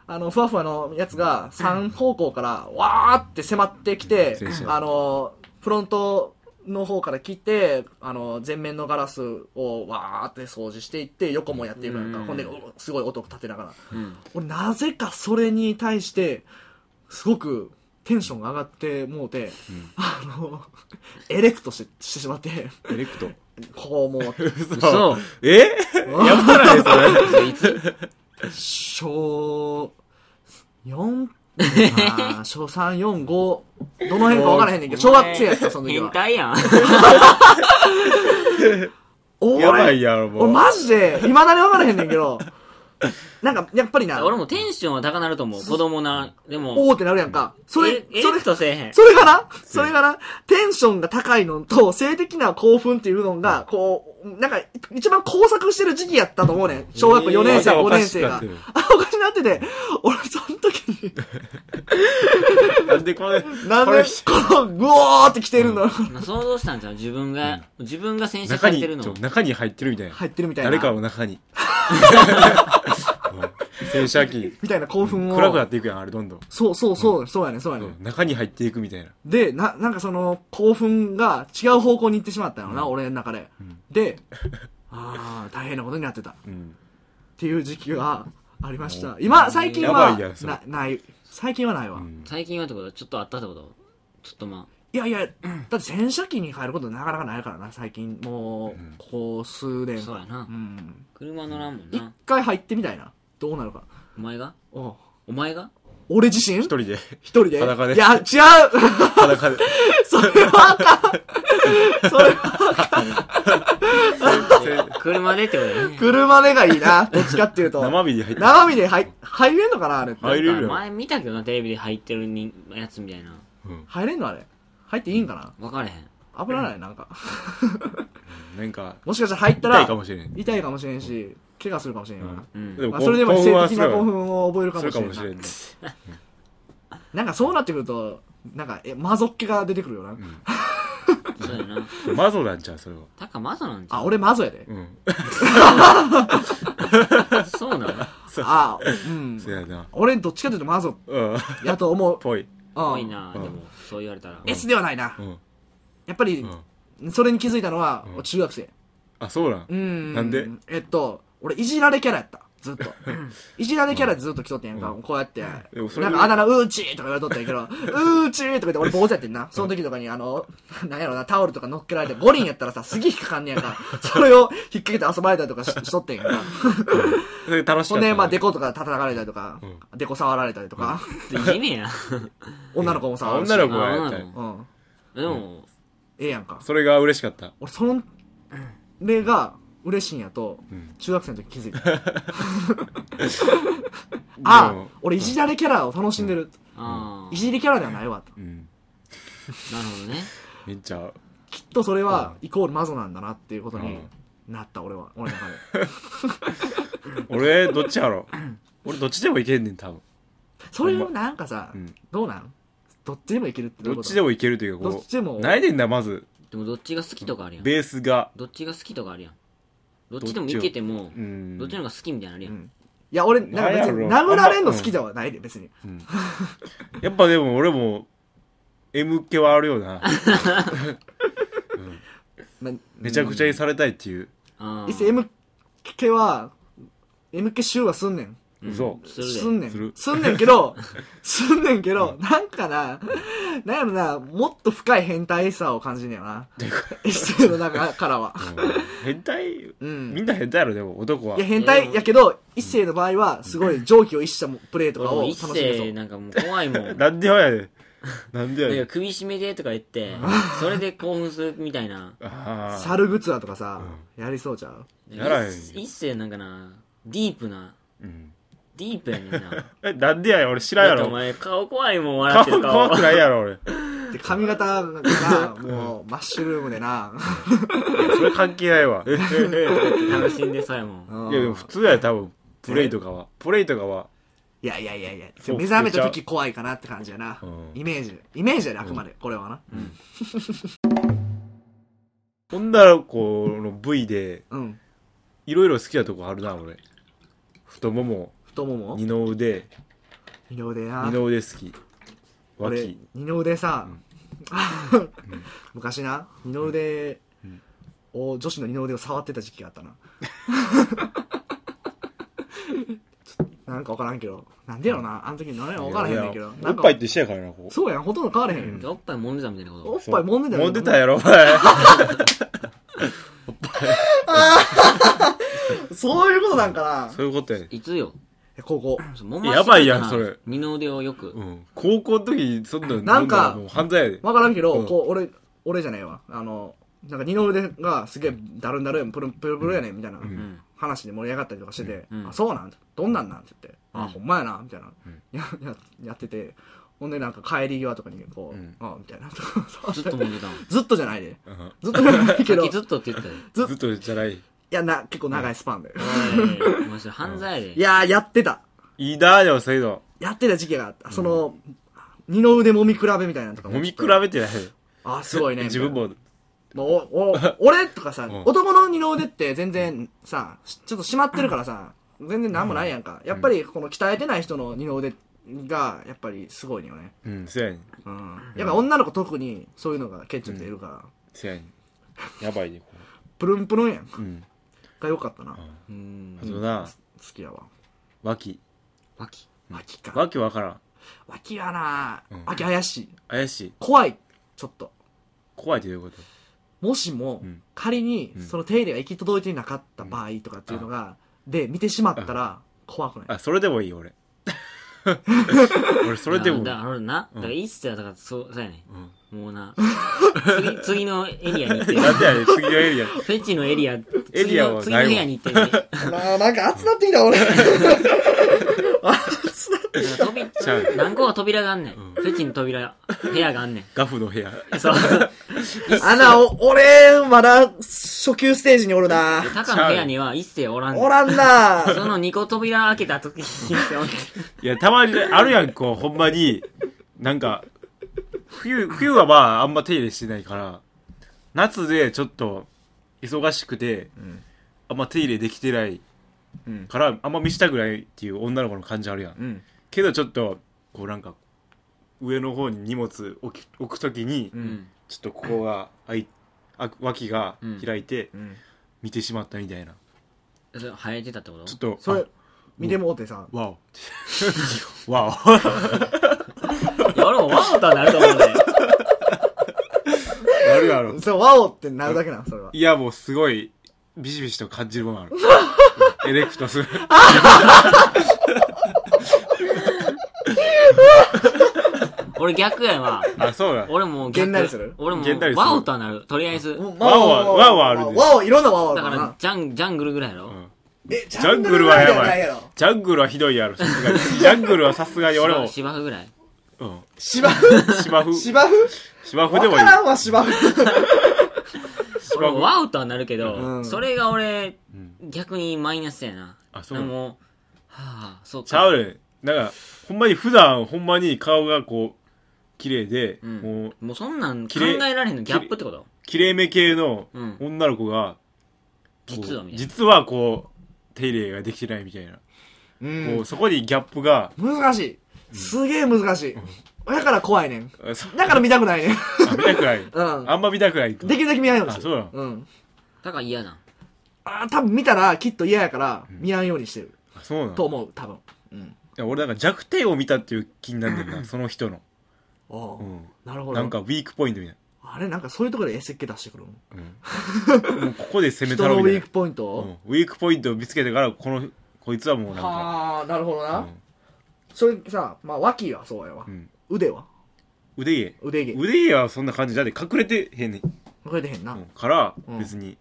Speaker 3: あの、ふわふわのやつが3方向から、わーって迫ってきて
Speaker 2: 洗、車
Speaker 3: あの、フロントの方から来て、あの、前面のガラスをわーって掃除していって、横もやっていくやんか。
Speaker 1: うん
Speaker 3: ほんで、うすごい音を立てながら。
Speaker 1: うん
Speaker 3: 俺、なぜかそれに対して、すごく、テンションが上がってもうて、あの、 エレクトしてしてしまって、
Speaker 2: エレクト。
Speaker 3: こうもう、
Speaker 1: 嘘
Speaker 2: えやばないそれ。
Speaker 3: 小4あー小345どの辺か分からへんねんけど小学生やったその時
Speaker 1: 変
Speaker 3: は
Speaker 1: 態 やん
Speaker 3: お
Speaker 2: やばい
Speaker 3: い
Speaker 2: やろ、も
Speaker 3: 俺
Speaker 2: う。
Speaker 3: マジでいまだに分からへんねんけどなんかやっぱりな
Speaker 1: 俺もテンションは高なると思う子供なでも
Speaker 3: おーってなるやんかそれ
Speaker 1: えエ
Speaker 3: そ
Speaker 1: レ
Speaker 3: れ
Speaker 1: クトせえへん
Speaker 3: それがなそれがなテンションが高いのと性的な興奮っていうのがこうなんか一番工作してる時期やったと思うねん小学校4年生
Speaker 2: 頭お
Speaker 3: 5
Speaker 2: か
Speaker 3: 年
Speaker 2: し
Speaker 3: 生
Speaker 2: くな
Speaker 3: が
Speaker 2: ってる
Speaker 3: あ おかしになってて俺その時 に
Speaker 2: なんでこれ、
Speaker 3: なん
Speaker 2: こ
Speaker 3: で
Speaker 2: れ、
Speaker 3: この、ぐおーって来てるの
Speaker 1: まあ想像したんじゃん自分が、自分が洗車さ
Speaker 2: 中
Speaker 1: れ
Speaker 2: に
Speaker 1: てる、の
Speaker 2: ちょ中に入ってるみたいな。
Speaker 3: 入ってるみたいな。
Speaker 2: 誰かの中に。うん洗車機。
Speaker 3: みたいな興奮を。
Speaker 2: 暗くなっていくやん、あれ、どんどん。
Speaker 3: そうそうそう、そうやね、そうや
Speaker 2: う
Speaker 3: ね。
Speaker 2: ん中に入っていくみたいな。
Speaker 3: で、な、なんかその、興奮が違う方向に行ってしまったのな、俺の中で。で、あー、大変なことになってた。っ
Speaker 2: うん
Speaker 3: ていう時期がありました。今、最近
Speaker 2: や
Speaker 3: は
Speaker 2: ばいやんそれ
Speaker 3: な、ない。最近はないわ。
Speaker 2: ん
Speaker 1: 最近はってことはちょっとあったってことちょっとま
Speaker 3: いやいや、だって洗車機に変えることなかなかないからな、最近。もう、ここ数
Speaker 1: あ
Speaker 3: 年。
Speaker 1: そうやな
Speaker 3: うん。
Speaker 1: 車乗らんもん
Speaker 3: 一
Speaker 1: な
Speaker 3: 回入ってみたいな。どうなるか。
Speaker 1: お前が
Speaker 3: おう
Speaker 1: お 前が
Speaker 3: 俺自身
Speaker 2: 一人で、
Speaker 3: 一人で
Speaker 2: 裸で
Speaker 3: いや、違う
Speaker 2: 裸で、
Speaker 3: それはあかんそれは、
Speaker 1: 車でってことだね
Speaker 3: 車でがいいな。どっちかっていうと。
Speaker 2: 生身に入ってる。
Speaker 3: 生身で入、入れんのかなあれって。
Speaker 2: 入れるよ
Speaker 1: 前見たけどなテレビで入ってるにやつみたいな
Speaker 2: うん
Speaker 3: 入れんのあれ。入っていいんか
Speaker 1: 分かれへん
Speaker 3: な危ない、なんか。
Speaker 2: なんか、
Speaker 3: もしかしたら入ったら、
Speaker 2: 痛いかもしれん。
Speaker 3: 痛いかもしれんし、怪我するかもしれんよな。
Speaker 1: うん
Speaker 2: で
Speaker 3: まあ、それでも
Speaker 2: 興奮は
Speaker 3: 性
Speaker 2: す
Speaker 3: 的
Speaker 2: る
Speaker 3: な興奮を覚えるか
Speaker 2: す
Speaker 3: も
Speaker 2: る
Speaker 3: し
Speaker 2: か
Speaker 3: れん
Speaker 2: も
Speaker 3: な
Speaker 2: しれんね。
Speaker 3: なんかそうなってくると、なんか、え、マゾっ気が出てくるよな。
Speaker 1: そうや な
Speaker 2: マゾなんちゃうそれは。
Speaker 1: タカマゾなんじゃ
Speaker 3: あ、俺マゾやで。
Speaker 2: うん。
Speaker 1: んそうなの
Speaker 3: あ、うん。
Speaker 2: そうやな。
Speaker 3: 俺どっちかというとマゾ
Speaker 2: うん。
Speaker 3: やと 思う。
Speaker 2: ぽい。
Speaker 1: 多
Speaker 3: う
Speaker 1: い
Speaker 3: ん。
Speaker 1: なでもそう言われたら
Speaker 3: S ではないな
Speaker 2: う。ん。
Speaker 3: やっぱり、それに気づいたのは、中学生。
Speaker 2: あ、そうなん。
Speaker 3: うん。
Speaker 2: なんで
Speaker 3: えっと、俺、いじられキャラやった。ずっ と。いじられキャラずっと来とってんやんか。こうやって。
Speaker 2: でもそ
Speaker 3: な
Speaker 2: れ
Speaker 3: んかあだ名、うーちーとか言われとったんや けど、うーちーとか言って、俺坊主やってんな。その時とかに、あの、 なんやろな、タオルとか乗っけられて、五輪やったらさ、すげえ引っかかんねやんか。それを引っ掛けて遊ばれたりとかししとってんやん か。
Speaker 2: それ楽しか
Speaker 3: ほ
Speaker 2: っ
Speaker 3: ん
Speaker 2: た
Speaker 3: で、
Speaker 2: な。
Speaker 3: まあ、デコとか叩かれたりとか、デコ触られたりとか、
Speaker 1: いじめや
Speaker 3: 女の子も触るし。
Speaker 2: 女の子がや
Speaker 1: あ
Speaker 2: っ
Speaker 1: 女
Speaker 2: た
Speaker 1: の
Speaker 2: よ
Speaker 1: 子
Speaker 3: うん。
Speaker 1: でも
Speaker 3: ええやんか。
Speaker 2: それが嬉しかった。
Speaker 3: 俺、そのれが嬉しいんやと
Speaker 2: うん
Speaker 3: 中学生の時気づい たあ
Speaker 2: でも
Speaker 3: 俺いじられキャラを楽しんでる、
Speaker 1: ああ
Speaker 3: いじりキャラではないわと
Speaker 2: うん
Speaker 1: なるほどね
Speaker 2: めっちゃ
Speaker 3: きっとそれはイコールマゾなんだなっていうことに
Speaker 2: うん
Speaker 3: なった俺は俺の中で
Speaker 2: 俺どっちやろ俺どっちでもいけんねん多分
Speaker 3: それもなんかさ、
Speaker 2: うん
Speaker 3: どうなんどっちでもいけるってどういう
Speaker 2: ど
Speaker 3: こ
Speaker 2: っ
Speaker 3: と
Speaker 2: ちでもいけるというか
Speaker 3: ど
Speaker 2: こ
Speaker 3: っちでも
Speaker 2: うないねんだまず
Speaker 1: でもどっちが好きとかあるやん
Speaker 2: ベースが
Speaker 1: どっちが好きとかあるやんどっちでもいけても
Speaker 2: うん
Speaker 1: どっちの方が好きみたいなのあるや
Speaker 3: うんんいや俺なんか別に殴られんの好きではないで別に
Speaker 2: うんやっぱでも俺も M 系はあるよな
Speaker 3: な
Speaker 2: めちゃくちゃにされたいっていう
Speaker 1: ああ
Speaker 3: いっせ M 系は M 系集はすんねん
Speaker 2: 嘘
Speaker 1: するです
Speaker 3: んね
Speaker 2: す
Speaker 3: ん
Speaker 2: る
Speaker 3: すんねんけ どすんねんけどなんかななんやろなもっと深い変態さを感じんねんよな一世の中から は
Speaker 2: 変態
Speaker 3: うん
Speaker 2: みんな変態やろでも男はい
Speaker 3: や変態やけど一世の場合はすごい上気を逸したプレーと
Speaker 1: 俺
Speaker 3: かを
Speaker 1: もう
Speaker 3: 楽
Speaker 1: 一
Speaker 3: しんでそう
Speaker 1: 世なんかもう怖 いもん
Speaker 2: なんでよやねんなんでや
Speaker 1: い
Speaker 2: ね
Speaker 1: や
Speaker 2: ん
Speaker 1: 首絞めでとか言ってそれで興奮するみたいな
Speaker 2: あー
Speaker 3: サルグツアーとかさ、やりそうちゃう
Speaker 2: やらへんよ
Speaker 1: 一世なんかなディープな
Speaker 2: うん
Speaker 1: ディープやねんな
Speaker 2: えなんでやねん俺知ら
Speaker 1: だ
Speaker 2: んや
Speaker 1: ってお
Speaker 2: ろ
Speaker 1: 前顔怖いもん笑っ
Speaker 2: 顔
Speaker 1: てる顔
Speaker 2: 怖くないやろ俺
Speaker 3: で髪型がなもうマッシュルームでな
Speaker 2: それ関 係ないわい
Speaker 1: 楽しんでそうやもん
Speaker 3: うん
Speaker 2: やでも普通や多分プレイとかはプレイとかはい
Speaker 3: やいやいやいや
Speaker 2: そう
Speaker 3: 目覚めた時怖いかなって感じやな、
Speaker 2: うん
Speaker 3: イメージイメージやねあくまで、これはな
Speaker 2: 女の子の部位で
Speaker 3: うん
Speaker 2: いろいろ好きなとこあるな俺太もも
Speaker 3: 太もも
Speaker 2: 二の腕
Speaker 3: 二の腕な
Speaker 2: 二の腕好き
Speaker 3: 俺
Speaker 2: 脇
Speaker 3: 二の腕さ、 昔な二の腕を女子の二の腕を触ってた時期があったな ちょっとなんか分からんけどなんでやろなあの時何や分からへんねんけど
Speaker 2: いや
Speaker 3: なん
Speaker 2: おっ
Speaker 3: か
Speaker 2: ぱいって一緒やからなここ
Speaker 3: そうやんほとんど変われへん、
Speaker 1: でおっぱい揉んでたみたいなこ
Speaker 3: お
Speaker 1: と
Speaker 3: っぱい揉んでた
Speaker 2: 揉んでた
Speaker 3: よ
Speaker 2: やろお前
Speaker 3: そういうことなんかな
Speaker 2: そういうことやね
Speaker 1: いつよ
Speaker 3: え高校
Speaker 1: 揉ませてた
Speaker 2: やばいやんそれ
Speaker 1: 二の腕をよく
Speaker 2: うん高校の時にそんなん
Speaker 3: なんか
Speaker 2: 飲だらもう犯罪やで
Speaker 3: わからんけど、
Speaker 2: うん
Speaker 3: こう、俺、俺じゃないわ。あの、なんか二の腕がすげえだるんだるん、プルンプルプルやねん、みたいな、
Speaker 1: ん
Speaker 3: 話で盛り上がったりとかしてて、
Speaker 1: うん
Speaker 3: あ、そうなんどんなんなんって言って、
Speaker 1: うん
Speaker 3: あ、ほんまやな、みたいな、やややってて、ほんでなんか帰り際とかに、こう、
Speaker 2: うん
Speaker 3: あ、みたいな。
Speaker 1: ずっと揉んでたもん
Speaker 3: ずっとじゃないで。
Speaker 2: うん
Speaker 3: ずっとじゃないけ
Speaker 1: さっ
Speaker 3: ど、
Speaker 1: き
Speaker 3: い
Speaker 1: ずっとって言ったよ
Speaker 2: ずっとじゃない
Speaker 3: や、な、結構長いスパンで。
Speaker 1: おいお前それ犯罪や
Speaker 3: い
Speaker 1: で
Speaker 3: やー、やってた。
Speaker 2: いいなでもそういうの
Speaker 3: やってた時期があった。その、二の腕揉み比べみたいなのとかも
Speaker 2: 飲み比べてない
Speaker 3: あ、すごいね。みた
Speaker 2: 自
Speaker 3: いな
Speaker 2: 分も
Speaker 3: まあ、おお俺とかさ、
Speaker 2: ん
Speaker 3: 男の二の腕って全然さ、しちょっと締まってるからさ、全然なんもないやんか。やっぱりこの鍛えてない人の二の腕が、やっぱりすごいよね。
Speaker 2: うんそうやねん
Speaker 3: うん。やっぱ女の子特にそういうのが顕著でいるから、
Speaker 2: そうやねんやばいねこ
Speaker 3: プルンプルンやん。
Speaker 2: ううん
Speaker 3: が良かったな。
Speaker 1: うん
Speaker 2: あとな
Speaker 3: 好きやわ。
Speaker 2: 脇
Speaker 1: 脇
Speaker 3: 脇か。
Speaker 2: 脇わからん
Speaker 3: 脇はな
Speaker 2: うん、
Speaker 3: 脇怪しい。
Speaker 2: 怪しい
Speaker 3: 怖い。ちょっと。
Speaker 2: 怖いってどういうこと
Speaker 3: もしも
Speaker 2: うん、
Speaker 3: 仮に
Speaker 2: うん
Speaker 3: その手入れが行き届いてなかった場合とかっていうのが、で、見てしまったら、怖くない
Speaker 2: あそれでもいい俺俺それでも
Speaker 1: いやだからな
Speaker 2: うん
Speaker 1: だから一世はだからそうそうやね
Speaker 2: うん
Speaker 1: もうな次次のエリア に行ってる
Speaker 2: なんでやねん次のエリア
Speaker 1: フェチのエリア
Speaker 2: エリアは
Speaker 1: 次の次の部
Speaker 2: ないわ
Speaker 1: 屋に行って るね
Speaker 3: なあ、なんか熱なってきた、俺。熱なって。
Speaker 1: なんか扉
Speaker 2: ちゃう
Speaker 1: 何個か扉があんねん。フェチの扉、部屋があんねん。
Speaker 2: ガフの部屋
Speaker 1: そう。
Speaker 3: あな、お俺、まだ、初級ステージにおるな。
Speaker 1: タカの部屋には一世おらんねん。
Speaker 3: おらんな。
Speaker 1: その2個扉開けた時に一世おんねん
Speaker 2: いやたまにねあるやんこうほんまになんか冬冬はまああんま手入れしてないから夏でちょっと忙しくて、
Speaker 3: ん
Speaker 2: あんま手入れできてない
Speaker 3: うん
Speaker 2: からあんま見したくないっていう女の子の感じあるやん、
Speaker 3: うん。
Speaker 2: けどちょっとこうなんか上の方に荷物置き置くときに、
Speaker 3: う
Speaker 1: うんん。
Speaker 2: ちょっとここが開いあ脇が開いて
Speaker 3: うん。
Speaker 2: 見てしまったみたいな、
Speaker 1: それ生えてたってこと
Speaker 2: ちょっと
Speaker 3: それ、見てもうてさ。
Speaker 2: あ わお わお
Speaker 1: いや、俺もワオタになると思うね。
Speaker 2: やるやろ
Speaker 3: それ、ワオってなるだけな、それは。
Speaker 2: いや、もうすごい、ビシビシと感じるものある。 エレクトス。
Speaker 1: 俺逆やわ。
Speaker 2: あ、そう だ。
Speaker 1: 俺もう
Speaker 3: げんなりする
Speaker 1: 俺も
Speaker 2: げんなりする
Speaker 1: ワオとはなる。とりあえず。
Speaker 2: ワオはワオはあるで
Speaker 3: ワオ、いろんなワオあ
Speaker 1: だ
Speaker 3: る
Speaker 1: か
Speaker 3: からら、
Speaker 1: ジャン、ジャングルぐらいやろ。
Speaker 3: え、ジ
Speaker 2: ャングルはやばい
Speaker 3: ジャングルはやろ。
Speaker 2: ジャングルはひどいやろ、さすがに。ジャングルはさすがに俺も
Speaker 1: 芝。芝生ぐらい。
Speaker 2: うん。
Speaker 3: 芝生
Speaker 2: 芝生。
Speaker 3: 芝生
Speaker 2: 芝生
Speaker 3: わ
Speaker 2: でもいい
Speaker 3: か。らんわ、芝生。
Speaker 1: 俺
Speaker 2: 芝
Speaker 1: も
Speaker 2: 生。
Speaker 1: ワオとはなるけど、
Speaker 3: うん
Speaker 1: それが俺、
Speaker 2: うん
Speaker 1: 逆にマイナスやな。
Speaker 2: あそう
Speaker 1: でも、はあ、そうか。
Speaker 2: ちゃうねん。なんか、ほんまに普段、ほんまに顔がこう、綺麗で、
Speaker 1: うん
Speaker 2: もう、
Speaker 1: もうそんなん考
Speaker 2: 綺麗
Speaker 1: えられへんのギャップってこと
Speaker 2: 綺麗め系の
Speaker 1: うん
Speaker 2: 女の子が、こう
Speaker 1: 実はみたいな。
Speaker 2: 実はこう、手入れができてないみたいな。
Speaker 3: う。
Speaker 2: もうんそこにギャッ プが、
Speaker 3: 難しい。すげえ難しい。だから怖いねん。
Speaker 2: あそ
Speaker 3: だから見たくないねん。
Speaker 2: あ見たくない。
Speaker 3: うん。
Speaker 2: あんま見たくないか。
Speaker 3: できるだけ見ないように
Speaker 2: あ、
Speaker 3: す
Speaker 2: そ
Speaker 3: る。
Speaker 2: うなの。
Speaker 3: うん。
Speaker 1: だから嫌な。
Speaker 3: あー多分見たらきっと嫌やから、見ないようにしてる。
Speaker 2: あそうなの。
Speaker 3: と思う、多分。うん。
Speaker 2: いや俺なんか弱点を見たっていう気になんねんな、その人の。
Speaker 3: お
Speaker 2: う。
Speaker 3: うんなるほど。
Speaker 2: なんかウィークポイントみたい
Speaker 3: あれ、なんかそういうところでエセっ気出してくるの
Speaker 2: な。もうここで攻め
Speaker 3: 人
Speaker 2: たろ
Speaker 3: の
Speaker 2: う
Speaker 3: ウ
Speaker 2: みた
Speaker 3: ィー
Speaker 2: いな
Speaker 3: ク。ポイン
Speaker 2: う
Speaker 3: ト
Speaker 2: んウィークポイントを見つけてから、この、こいつはもうなんか。
Speaker 3: はあ、なるほど
Speaker 2: う
Speaker 3: な。
Speaker 2: ん
Speaker 3: それさ、まあ、脇はそうやわ
Speaker 2: う。ん
Speaker 3: 腕は
Speaker 2: 腕毛。
Speaker 3: 腕毛。
Speaker 2: 腕毛はそんな感じだって隠れてへんねん。
Speaker 3: これでへんな
Speaker 2: うん。から
Speaker 3: うん、
Speaker 2: 別に。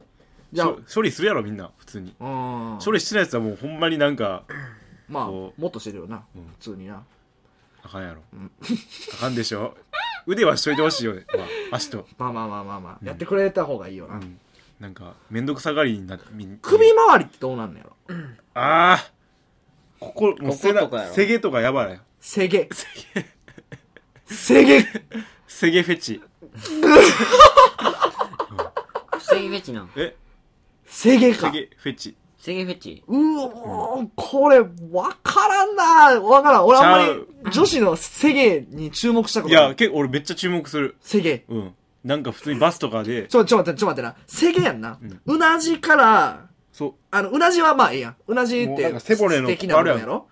Speaker 3: じゃあ
Speaker 2: 処処理するやろ、みんな、普通に。
Speaker 3: うん。
Speaker 2: 処理してないやつはもうほんまになんか、
Speaker 3: まあ、も
Speaker 2: こ
Speaker 3: っとしてるよな。
Speaker 2: うん
Speaker 3: 普通にな。
Speaker 2: あかんやろ。あかんでしょ。腕はしといてほしいよね。まあ足と。
Speaker 3: まあまあまあまあまあ。やってくれた方がいいよ
Speaker 2: う
Speaker 3: な。
Speaker 2: ん。なんか、めんどくさがりになって、み
Speaker 3: 首周りってどうなんのやろ
Speaker 2: ああ。ここ、もう
Speaker 1: ここと
Speaker 2: 背
Speaker 1: かや
Speaker 2: な
Speaker 1: ろ
Speaker 2: せげとかやばい。
Speaker 3: せ げ。せげ。
Speaker 2: せげフェチ。
Speaker 1: セゲフェチなん。
Speaker 2: え
Speaker 3: せげ
Speaker 2: せ
Speaker 3: か。
Speaker 2: げフェチ。
Speaker 1: セゲフェチ
Speaker 3: うおー、これ、わからんなわからん。俺あ
Speaker 2: ちゃ
Speaker 3: んまり女子のせげに注目したこ
Speaker 2: い
Speaker 3: とな
Speaker 2: や、
Speaker 3: い。
Speaker 2: 結構俺めっちゃ注目する。
Speaker 3: せげ。
Speaker 2: うん。なんか普通にバスとかで、
Speaker 3: ちょ、ちょ待って、ちょ待ってな。せげやんな。うなじから、
Speaker 2: そ
Speaker 3: あの、うなじはまあええやん。うなじっ
Speaker 2: もうなん
Speaker 3: て
Speaker 2: か背骨の
Speaker 3: 素敵な部分やろ
Speaker 2: う、うん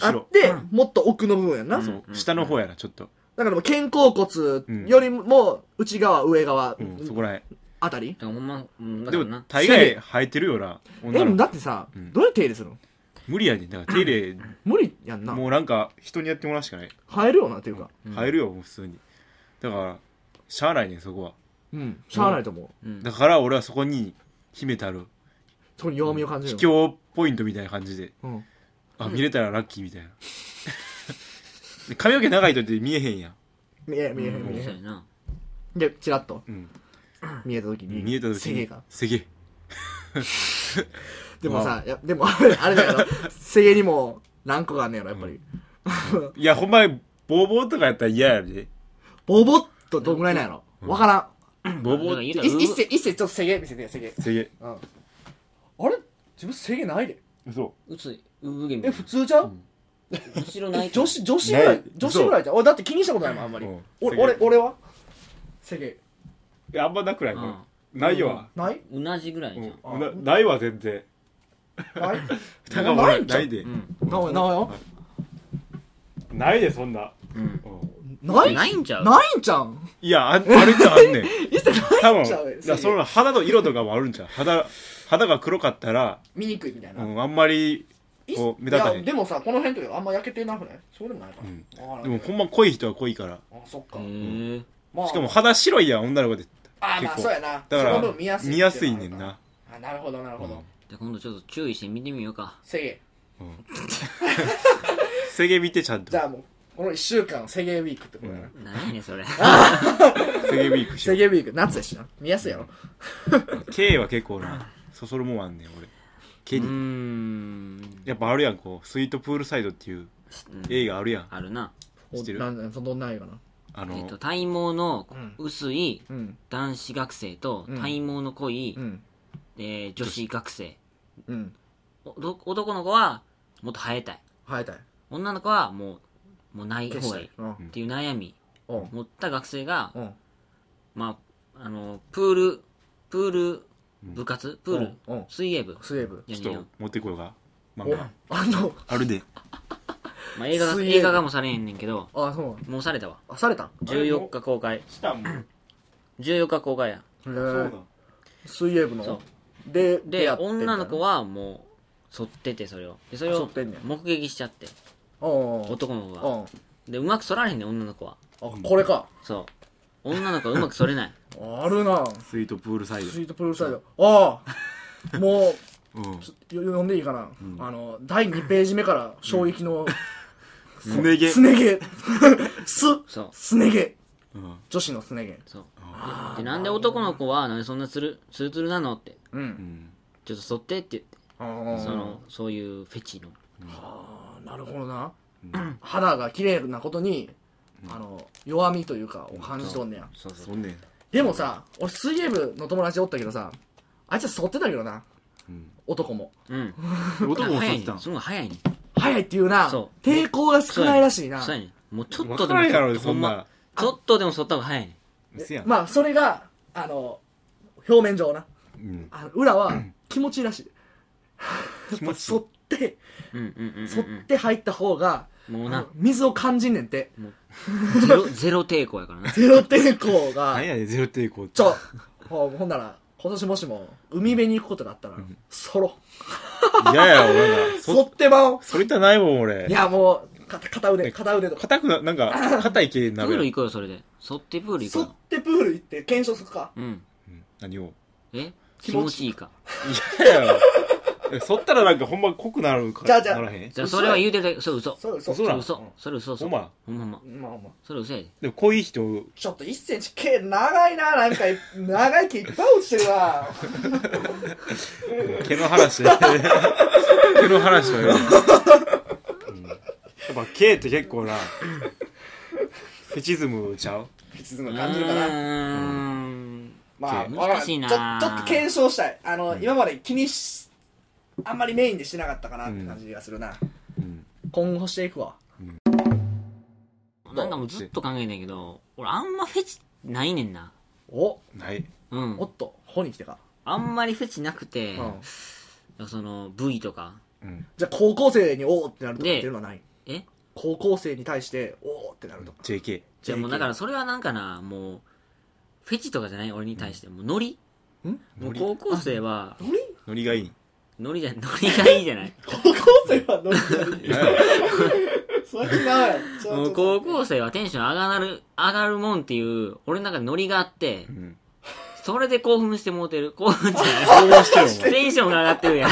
Speaker 3: あ
Speaker 2: 後
Speaker 3: っ
Speaker 2: ろ。
Speaker 3: て、もっと奥の部分やんな。
Speaker 2: そう、下の方やな、ちょっと。
Speaker 3: だからもう肩甲骨よりも内側、上側
Speaker 2: うん、そこらへん。
Speaker 3: あたり
Speaker 1: だからほんま、うんだか
Speaker 2: で
Speaker 1: ら
Speaker 2: も
Speaker 1: な、。
Speaker 2: 大概生えてるよな、
Speaker 3: え、
Speaker 2: 女
Speaker 3: でも
Speaker 2: の
Speaker 3: だ
Speaker 2: 子。
Speaker 3: ってさ
Speaker 2: ん、
Speaker 3: どうやって手入れするの
Speaker 2: 無理やねん。だから手入れ、
Speaker 3: 無理やんな。
Speaker 2: もうなんか人にやってもらうしかない。
Speaker 3: 生えるよなっていうか。
Speaker 2: 生えるよ、もう普通に。だから、しゃあないねん、そこは。
Speaker 3: うん。しゃあないと思う。
Speaker 1: うん
Speaker 2: だから俺はそこに秘めたる、
Speaker 3: そこに弱みを感じ
Speaker 2: 秘
Speaker 3: るよ。
Speaker 2: 境ポイントみたいな感じで。
Speaker 3: うん。
Speaker 2: あ、見れたらラッキーみたいな。 で髪の毛長いとって見えへんやん。
Speaker 3: 見え、見えへん、見えへ。
Speaker 1: そうんやな。
Speaker 3: で、チラッと
Speaker 2: うん。
Speaker 3: 見えた時に。
Speaker 2: 見えた時に。
Speaker 3: せげが。。
Speaker 2: せげ。
Speaker 3: でもさ、いや、でもあれだよ な。せげにも何個かあんねやろ、やっぱり。
Speaker 2: いや、ほんまに、ボーボーとかやったら嫌やで。
Speaker 3: ボボッとどんぐらいなんやろ。わからん。
Speaker 2: ボーボ
Speaker 1: だから言
Speaker 2: ーっ
Speaker 1: うた
Speaker 2: て。
Speaker 1: らう
Speaker 3: 一世、一世ちょっとせげ見せてよ、せげ。
Speaker 2: せげ。
Speaker 3: うん。あれ自分せげないで。
Speaker 2: 嘘。
Speaker 1: うつ、うげみた
Speaker 3: え、
Speaker 1: い
Speaker 3: 普通じゃん
Speaker 1: な。後ろない
Speaker 3: 女子、女子ぐら
Speaker 2: ない
Speaker 3: い、女子ぐらいじゃん。俺だって気にしたことないもん、あんまり
Speaker 2: うん。
Speaker 3: 俺、
Speaker 2: せげ
Speaker 3: 俺、俺はせげ。
Speaker 2: いや、あんまなくないこれ
Speaker 1: あ
Speaker 2: ないわ。
Speaker 3: ない
Speaker 1: あうなじぐらいじ
Speaker 2: う
Speaker 1: ゃ
Speaker 2: ん
Speaker 1: ん。
Speaker 3: うん
Speaker 2: なないわ、全然。
Speaker 3: ない
Speaker 2: たかもな
Speaker 3: ないんちゃう
Speaker 2: いで
Speaker 1: う。ん。
Speaker 3: なおよ、なおよ。
Speaker 2: ないで、そんな。
Speaker 1: うん。
Speaker 2: うん
Speaker 3: ない
Speaker 1: ないんちゃう
Speaker 3: ないんじゃうん
Speaker 2: いや、あんあ るんちゃうあんねん。
Speaker 3: 一世
Speaker 2: 多
Speaker 3: ない
Speaker 2: 分、
Speaker 3: んち
Speaker 2: だ
Speaker 3: ゃう
Speaker 2: からその肌の色とかもあるんちゃう肌、肌が黒かったら、
Speaker 3: 見にくいみたいうな。
Speaker 2: ん、あんまり、
Speaker 3: い
Speaker 2: こう、目立たへ
Speaker 3: いや
Speaker 2: ん。
Speaker 3: でもさ、この辺とかあんま焼けてなくないそうでもないか
Speaker 2: うん
Speaker 3: な。わか
Speaker 2: で
Speaker 3: らん
Speaker 2: も、ほんま濃い人は濃いから。
Speaker 3: あ、そっか
Speaker 1: へ。え。
Speaker 3: まあ
Speaker 2: しかも、肌白いやん、女の子で。
Speaker 3: あ、まあ
Speaker 2: 結構
Speaker 3: そうやな。
Speaker 2: だか
Speaker 3: その
Speaker 2: ら
Speaker 3: 分見やすい。
Speaker 2: 見やすいねんな。
Speaker 3: あ、なるほど、なるほ
Speaker 2: う
Speaker 3: ど
Speaker 2: ん。
Speaker 1: じゃあ今度ちょっと注意して見てみようか。
Speaker 3: せげ。
Speaker 2: せげ見てちゃんと
Speaker 3: じゃあもう、この1週間、せげウィークってことやな。
Speaker 1: 何やねんそれ。
Speaker 2: せげウィークし
Speaker 3: せ
Speaker 2: よ
Speaker 3: げウィーク、夏やしな。見やすいやろ。
Speaker 2: う K は結構なそそるもんあんねん俺
Speaker 1: う
Speaker 2: K
Speaker 1: ー
Speaker 2: に
Speaker 1: ん。
Speaker 2: やっぱあるやんこうスイートプールサイドっていう映画あるやん
Speaker 1: あるな。
Speaker 2: 知ってる
Speaker 3: なんなんそのどんな映画な。
Speaker 2: あ
Speaker 1: えっ
Speaker 2: の
Speaker 1: と、体毛の
Speaker 3: うん
Speaker 1: 薄い
Speaker 3: うん。
Speaker 1: 男子学生と
Speaker 3: うん
Speaker 1: 体毛の濃い、
Speaker 3: うん。
Speaker 1: えー女子学生。
Speaker 3: うん。
Speaker 1: おど男の子はもっと生えたい。
Speaker 3: 生えたい。
Speaker 1: 女の子はもう、もうない
Speaker 3: 消
Speaker 1: 方
Speaker 3: した
Speaker 1: がいい。
Speaker 3: い
Speaker 1: っ。
Speaker 3: うん。
Speaker 1: ていう悩み。
Speaker 3: うん。
Speaker 1: 持った学生が、
Speaker 3: うん。
Speaker 1: まあ、あの、プール、プール、部活プール、
Speaker 3: うんうん
Speaker 1: 水泳部。
Speaker 3: スウェーブ。
Speaker 1: や
Speaker 2: ち
Speaker 1: ねん
Speaker 2: ょっ
Speaker 1: よ
Speaker 2: と持ってこようか漫
Speaker 3: お
Speaker 2: 画
Speaker 3: あの、
Speaker 2: あるで
Speaker 1: まあ、映画が、
Speaker 3: 水泳部
Speaker 1: 映画がもうされへんねんけど、
Speaker 3: あ、そう。
Speaker 1: もうされたわ。
Speaker 3: あ、されたん
Speaker 2: あれも
Speaker 1: 14日公開。
Speaker 2: したもん
Speaker 1: 14日公開や。
Speaker 3: へ
Speaker 2: そ
Speaker 3: ー水泳部
Speaker 1: そう
Speaker 3: ので
Speaker 1: で、女の子
Speaker 3: は
Speaker 1: はもう、剃ってて、それを。で、それ
Speaker 3: 剃
Speaker 1: を
Speaker 3: ってんねん
Speaker 1: 目撃しちゃって、
Speaker 3: おうおう
Speaker 1: 男の子が。
Speaker 3: おう
Speaker 1: で、うまく剃られへんねん、女の子は。
Speaker 3: あこれか
Speaker 1: そう女の子はうまく剃れない
Speaker 3: あるな
Speaker 2: スイートプールサイド
Speaker 3: スイートプールサイドあ あもう
Speaker 2: うん
Speaker 3: よ読んでいいかな、あの第2ページ目から衝撃の
Speaker 2: すね毛
Speaker 3: すね 毛す
Speaker 1: そう
Speaker 3: すね毛
Speaker 2: うん
Speaker 3: 女子のすね
Speaker 1: そうでなんで男の子はなんでそんなつるつるつるなのって
Speaker 3: 毛う
Speaker 2: うんん
Speaker 1: ちょっと剃ってって
Speaker 3: あ
Speaker 1: 言ってそ
Speaker 3: ー
Speaker 1: のそういうフェチの
Speaker 3: あーなるほどな、 肌が綺麗なことにあの弱みというかを感じとんねや
Speaker 1: そうそ
Speaker 2: そううね
Speaker 3: でもさ俺水泳部の友達おったけどさあいつは剃ってたけどな
Speaker 2: うん
Speaker 3: 男も
Speaker 1: うん
Speaker 2: 男も剃
Speaker 1: 早
Speaker 2: っ
Speaker 1: い
Speaker 2: てた
Speaker 1: ね
Speaker 2: ん
Speaker 1: すごい早いね
Speaker 3: 早いっていうな
Speaker 1: そ
Speaker 3: 抵抗が少ないらしいな
Speaker 1: そうやねもうちょっとで
Speaker 2: 分か
Speaker 1: も
Speaker 2: らんや
Speaker 1: ちょ
Speaker 2: ろ
Speaker 1: っと
Speaker 2: そん
Speaker 1: ほ
Speaker 2: な
Speaker 1: まちょっとでも剃った方が早いね
Speaker 2: うやん
Speaker 3: まあそれがあの表面上な
Speaker 2: うん
Speaker 3: あの裏は気持ちいいらしいやっ
Speaker 2: 気
Speaker 3: ぱ
Speaker 2: 持ちい
Speaker 3: 剃
Speaker 2: い
Speaker 3: って
Speaker 1: うんうんうんうん
Speaker 3: 剃って入った方が
Speaker 1: うんもうな
Speaker 3: 水を感じんねんて
Speaker 1: ゼロゼロ抵抗やからな
Speaker 3: ゼロ抵抗が
Speaker 2: 何やねんゼロ抵抗
Speaker 3: ちょほほんなら今年もしも海辺に行くことがあったら剃ろ
Speaker 2: 嫌やろ なんか
Speaker 3: う剃
Speaker 2: そ
Speaker 3: ってまおう
Speaker 2: それたないもん
Speaker 3: い
Speaker 2: 俺
Speaker 3: やもうか片腕片腕とか
Speaker 2: 硬くなな んか硬い系に
Speaker 1: プ
Speaker 2: な
Speaker 1: ール
Speaker 2: るや
Speaker 1: 行こうよそれで剃ってプール行こう
Speaker 3: 剃っ
Speaker 1: よ
Speaker 3: てプール行って検証するか
Speaker 1: うん
Speaker 2: んうん何を
Speaker 1: え
Speaker 3: 気
Speaker 1: 気
Speaker 3: 持
Speaker 1: 持
Speaker 3: ち
Speaker 1: ちいいか
Speaker 2: 嫌やろえ剃ったらなんかほんま濃くなるか
Speaker 3: じゃあじゃあ
Speaker 2: ならへん
Speaker 1: じゃあそれは言うてた嘘嘘
Speaker 3: そうそう
Speaker 2: 嘘な
Speaker 1: そ
Speaker 3: う
Speaker 1: れ嘘
Speaker 2: の
Speaker 3: ん
Speaker 1: それ嘘嘘
Speaker 2: ほんま
Speaker 1: ほんまほんま
Speaker 3: まあまあ
Speaker 1: それ嘘やで
Speaker 2: でも濃い人
Speaker 3: ちょっと1センチ毛長いななんかい 長い毛いっぱい落ちてるわ
Speaker 2: 毛の 話毛の話はよ、うんやっぱ毛って結構なフェチズムちゃう
Speaker 3: 質問
Speaker 1: う
Speaker 3: 感じるかな
Speaker 1: ーん
Speaker 3: まあ、
Speaker 2: そう
Speaker 3: わからん
Speaker 1: 難しいな
Speaker 3: ちょちょっと検証したいあの、今まで気にしあんまりメインでしてなかったかなって感じがするな、
Speaker 2: うん
Speaker 3: 今後していくわ
Speaker 1: なんかもうずっと考えないけど俺あんまフェチないねんな
Speaker 3: お
Speaker 2: ない
Speaker 1: うん
Speaker 3: おっとここに来てか、
Speaker 1: あんまりフェチなくて
Speaker 3: うん
Speaker 1: その部位とか
Speaker 2: うん
Speaker 3: じゃあ高校生におーってなるとかっていうのはない
Speaker 1: え
Speaker 3: 高校生に対しておーってなるとか
Speaker 2: JK
Speaker 1: じゃあもう
Speaker 3: JK
Speaker 1: だからそれはなんかなもうフェチとかじゃない俺に対してもうノリ
Speaker 3: ん
Speaker 1: もう高校生は
Speaker 3: ノリ
Speaker 2: ノリがい い
Speaker 1: ノリじゃノリがいいじゃない
Speaker 3: 高校生はノリノリそれは違うやんちょ
Speaker 1: もう
Speaker 3: ちょ
Speaker 1: 高校生はテンション上がる上がるもんっていう俺の中でノリがあって
Speaker 2: うん
Speaker 1: それで興奮してもうて る興奮じゃない
Speaker 2: 興奮してるもん
Speaker 1: テンションが上がって るやん。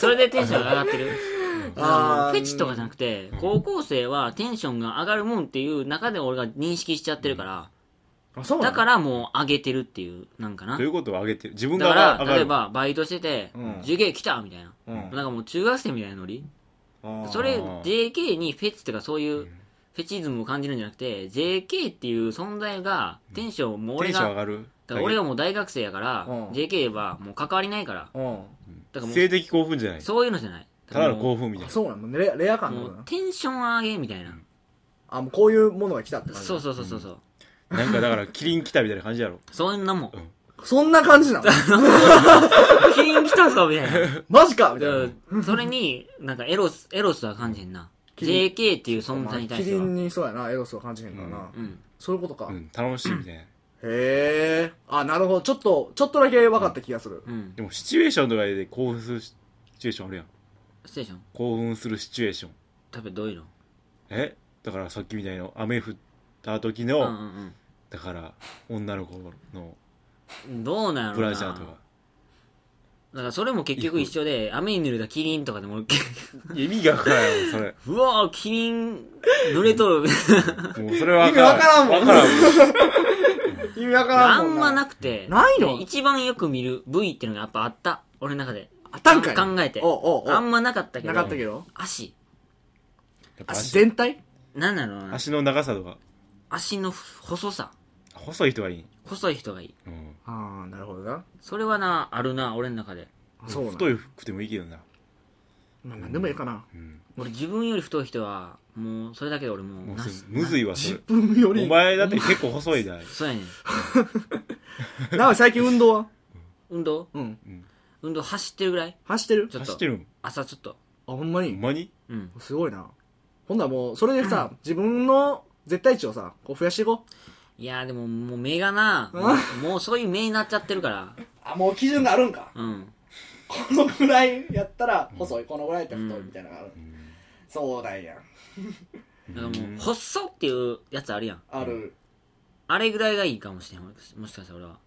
Speaker 1: それでテンションが上がってる。
Speaker 3: あー
Speaker 1: フェチとかじゃなくて、高校生はテンションが上がるもんっていう中で俺が認識しちゃってるから、
Speaker 3: あそうな
Speaker 1: だ
Speaker 3: の
Speaker 1: からもう上げてるっていう、なんかな
Speaker 2: どうい。うことを上げてる自分
Speaker 1: だか
Speaker 2: が上
Speaker 1: ら、
Speaker 2: が
Speaker 1: 例え
Speaker 2: る
Speaker 1: ばバイトしてて、
Speaker 3: うん
Speaker 1: 受験来たみたいな。
Speaker 3: うん
Speaker 1: なんかもう中学生みたいなノリ。
Speaker 3: あー
Speaker 1: それ、
Speaker 2: あー
Speaker 1: JK にフェチとかそういうフェチズムを感じるんじゃなくて、JK っていう存在がテンションをもう
Speaker 2: テ
Speaker 1: 俺
Speaker 2: ンション
Speaker 1: が、
Speaker 2: 上がる
Speaker 1: だから俺がもう大学生やから
Speaker 3: うん、
Speaker 1: JK はもう関わりないから、
Speaker 3: うん
Speaker 1: だからもう
Speaker 2: 性的興奮じゃない
Speaker 1: そういうのじゃない。
Speaker 2: ただの興
Speaker 1: う
Speaker 2: 奮みたい
Speaker 3: あ
Speaker 2: な
Speaker 3: そうなのレアレア感な
Speaker 1: も
Speaker 3: の
Speaker 1: う
Speaker 3: な
Speaker 1: テンション上げみたいな。
Speaker 3: あもうこういうものが来たって感じ
Speaker 1: そうそうそうそうそう。
Speaker 2: なんかだからキリン来たみたいな感じやろ
Speaker 1: そんなもん。
Speaker 3: そんな感じな の
Speaker 1: キリン来たぞみたいな。
Speaker 3: マジかみたいな
Speaker 1: だからそれに、なん かエロス、エロスは感じへんな。
Speaker 3: キリ
Speaker 1: JK っていう存在に
Speaker 3: まあ
Speaker 1: 対して
Speaker 3: キリン
Speaker 1: は。
Speaker 3: にそうやなエロスを感じへんからな、
Speaker 1: うん。
Speaker 3: そういうことか、へ
Speaker 2: うん楽しいみたいな
Speaker 3: えあなるほどちょっとちょっとだけ分かった気がする、
Speaker 1: うん
Speaker 2: で。もシチュエーションとかで興奮するシチュエーションあるやん
Speaker 1: ステーション
Speaker 2: 興奮するシチュエーション
Speaker 1: 多分どういうの
Speaker 2: えだからさっきみたいな雨降った時
Speaker 1: う
Speaker 2: の、
Speaker 1: んうん
Speaker 2: だから女の子の
Speaker 1: うん。どうなんやろな
Speaker 2: ブラジャーとか
Speaker 1: だからそれも結局一緒で、雨に濡れたキリンとかでも、
Speaker 2: いや意味が分からんよそれ
Speaker 1: うわぁ、キリン、濡れとる。
Speaker 2: もうそれは分からん
Speaker 3: 意味わか
Speaker 2: 分からら
Speaker 3: ん
Speaker 2: ん
Speaker 3: 意味分から
Speaker 1: あ
Speaker 3: んもん
Speaker 1: ん
Speaker 3: な
Speaker 1: まなくて。
Speaker 3: ないの
Speaker 1: で一番よく見る部位っていうのがやっぱあった。俺の中で。
Speaker 3: あったんかい
Speaker 1: 考えて。
Speaker 3: おうおうおう
Speaker 1: あんまなかったけど。
Speaker 3: なかったけど
Speaker 1: 足。
Speaker 2: やっぱ
Speaker 3: 足
Speaker 2: 足
Speaker 3: 全体
Speaker 1: なんだろうな。
Speaker 2: 足の長さとか
Speaker 1: 足の細さ。
Speaker 2: 細い人がいい、
Speaker 1: 細い人がいい。
Speaker 2: うん
Speaker 3: ああなるほどな
Speaker 1: それはな、あるな、俺の中で。
Speaker 3: そうな
Speaker 2: 太いくてもいいけどな、
Speaker 3: まあ何でもいいかな
Speaker 2: うん、
Speaker 1: 俺自分より太い人は、もう、それだけで俺も
Speaker 2: も
Speaker 1: う、
Speaker 2: う
Speaker 1: な
Speaker 2: それ
Speaker 1: し。
Speaker 2: むずいわそれ
Speaker 3: 分より
Speaker 2: お前だって結構細いだ
Speaker 1: そうやねん。
Speaker 3: なお最近運動は
Speaker 1: 運動
Speaker 3: うん
Speaker 1: 運動走ってるぐらい
Speaker 3: 走ってる
Speaker 1: ちょっ
Speaker 2: 走っ
Speaker 1: と
Speaker 2: て。るん
Speaker 1: 朝ちょっと。
Speaker 3: あほんま
Speaker 2: ほん
Speaker 3: に
Speaker 2: まに
Speaker 1: うん。
Speaker 3: すごいなほんならもうそれでさ自分の絶対値をさこう増やしていこう
Speaker 1: いやーでも、もう目 がな、もうもうそういう目になっちゃってるから。
Speaker 3: あもう基準があるんか
Speaker 1: うん。
Speaker 3: このぐらいやったら細いこのぐらいやったら太いみたいなのがある
Speaker 2: ん
Speaker 3: そうだやん
Speaker 1: なんかも
Speaker 2: う
Speaker 1: う、
Speaker 2: ん
Speaker 1: ほっそっていうやつあるやん。
Speaker 3: ある
Speaker 1: あれぐらいがいいかもしれん。俺もしかしたら俺は。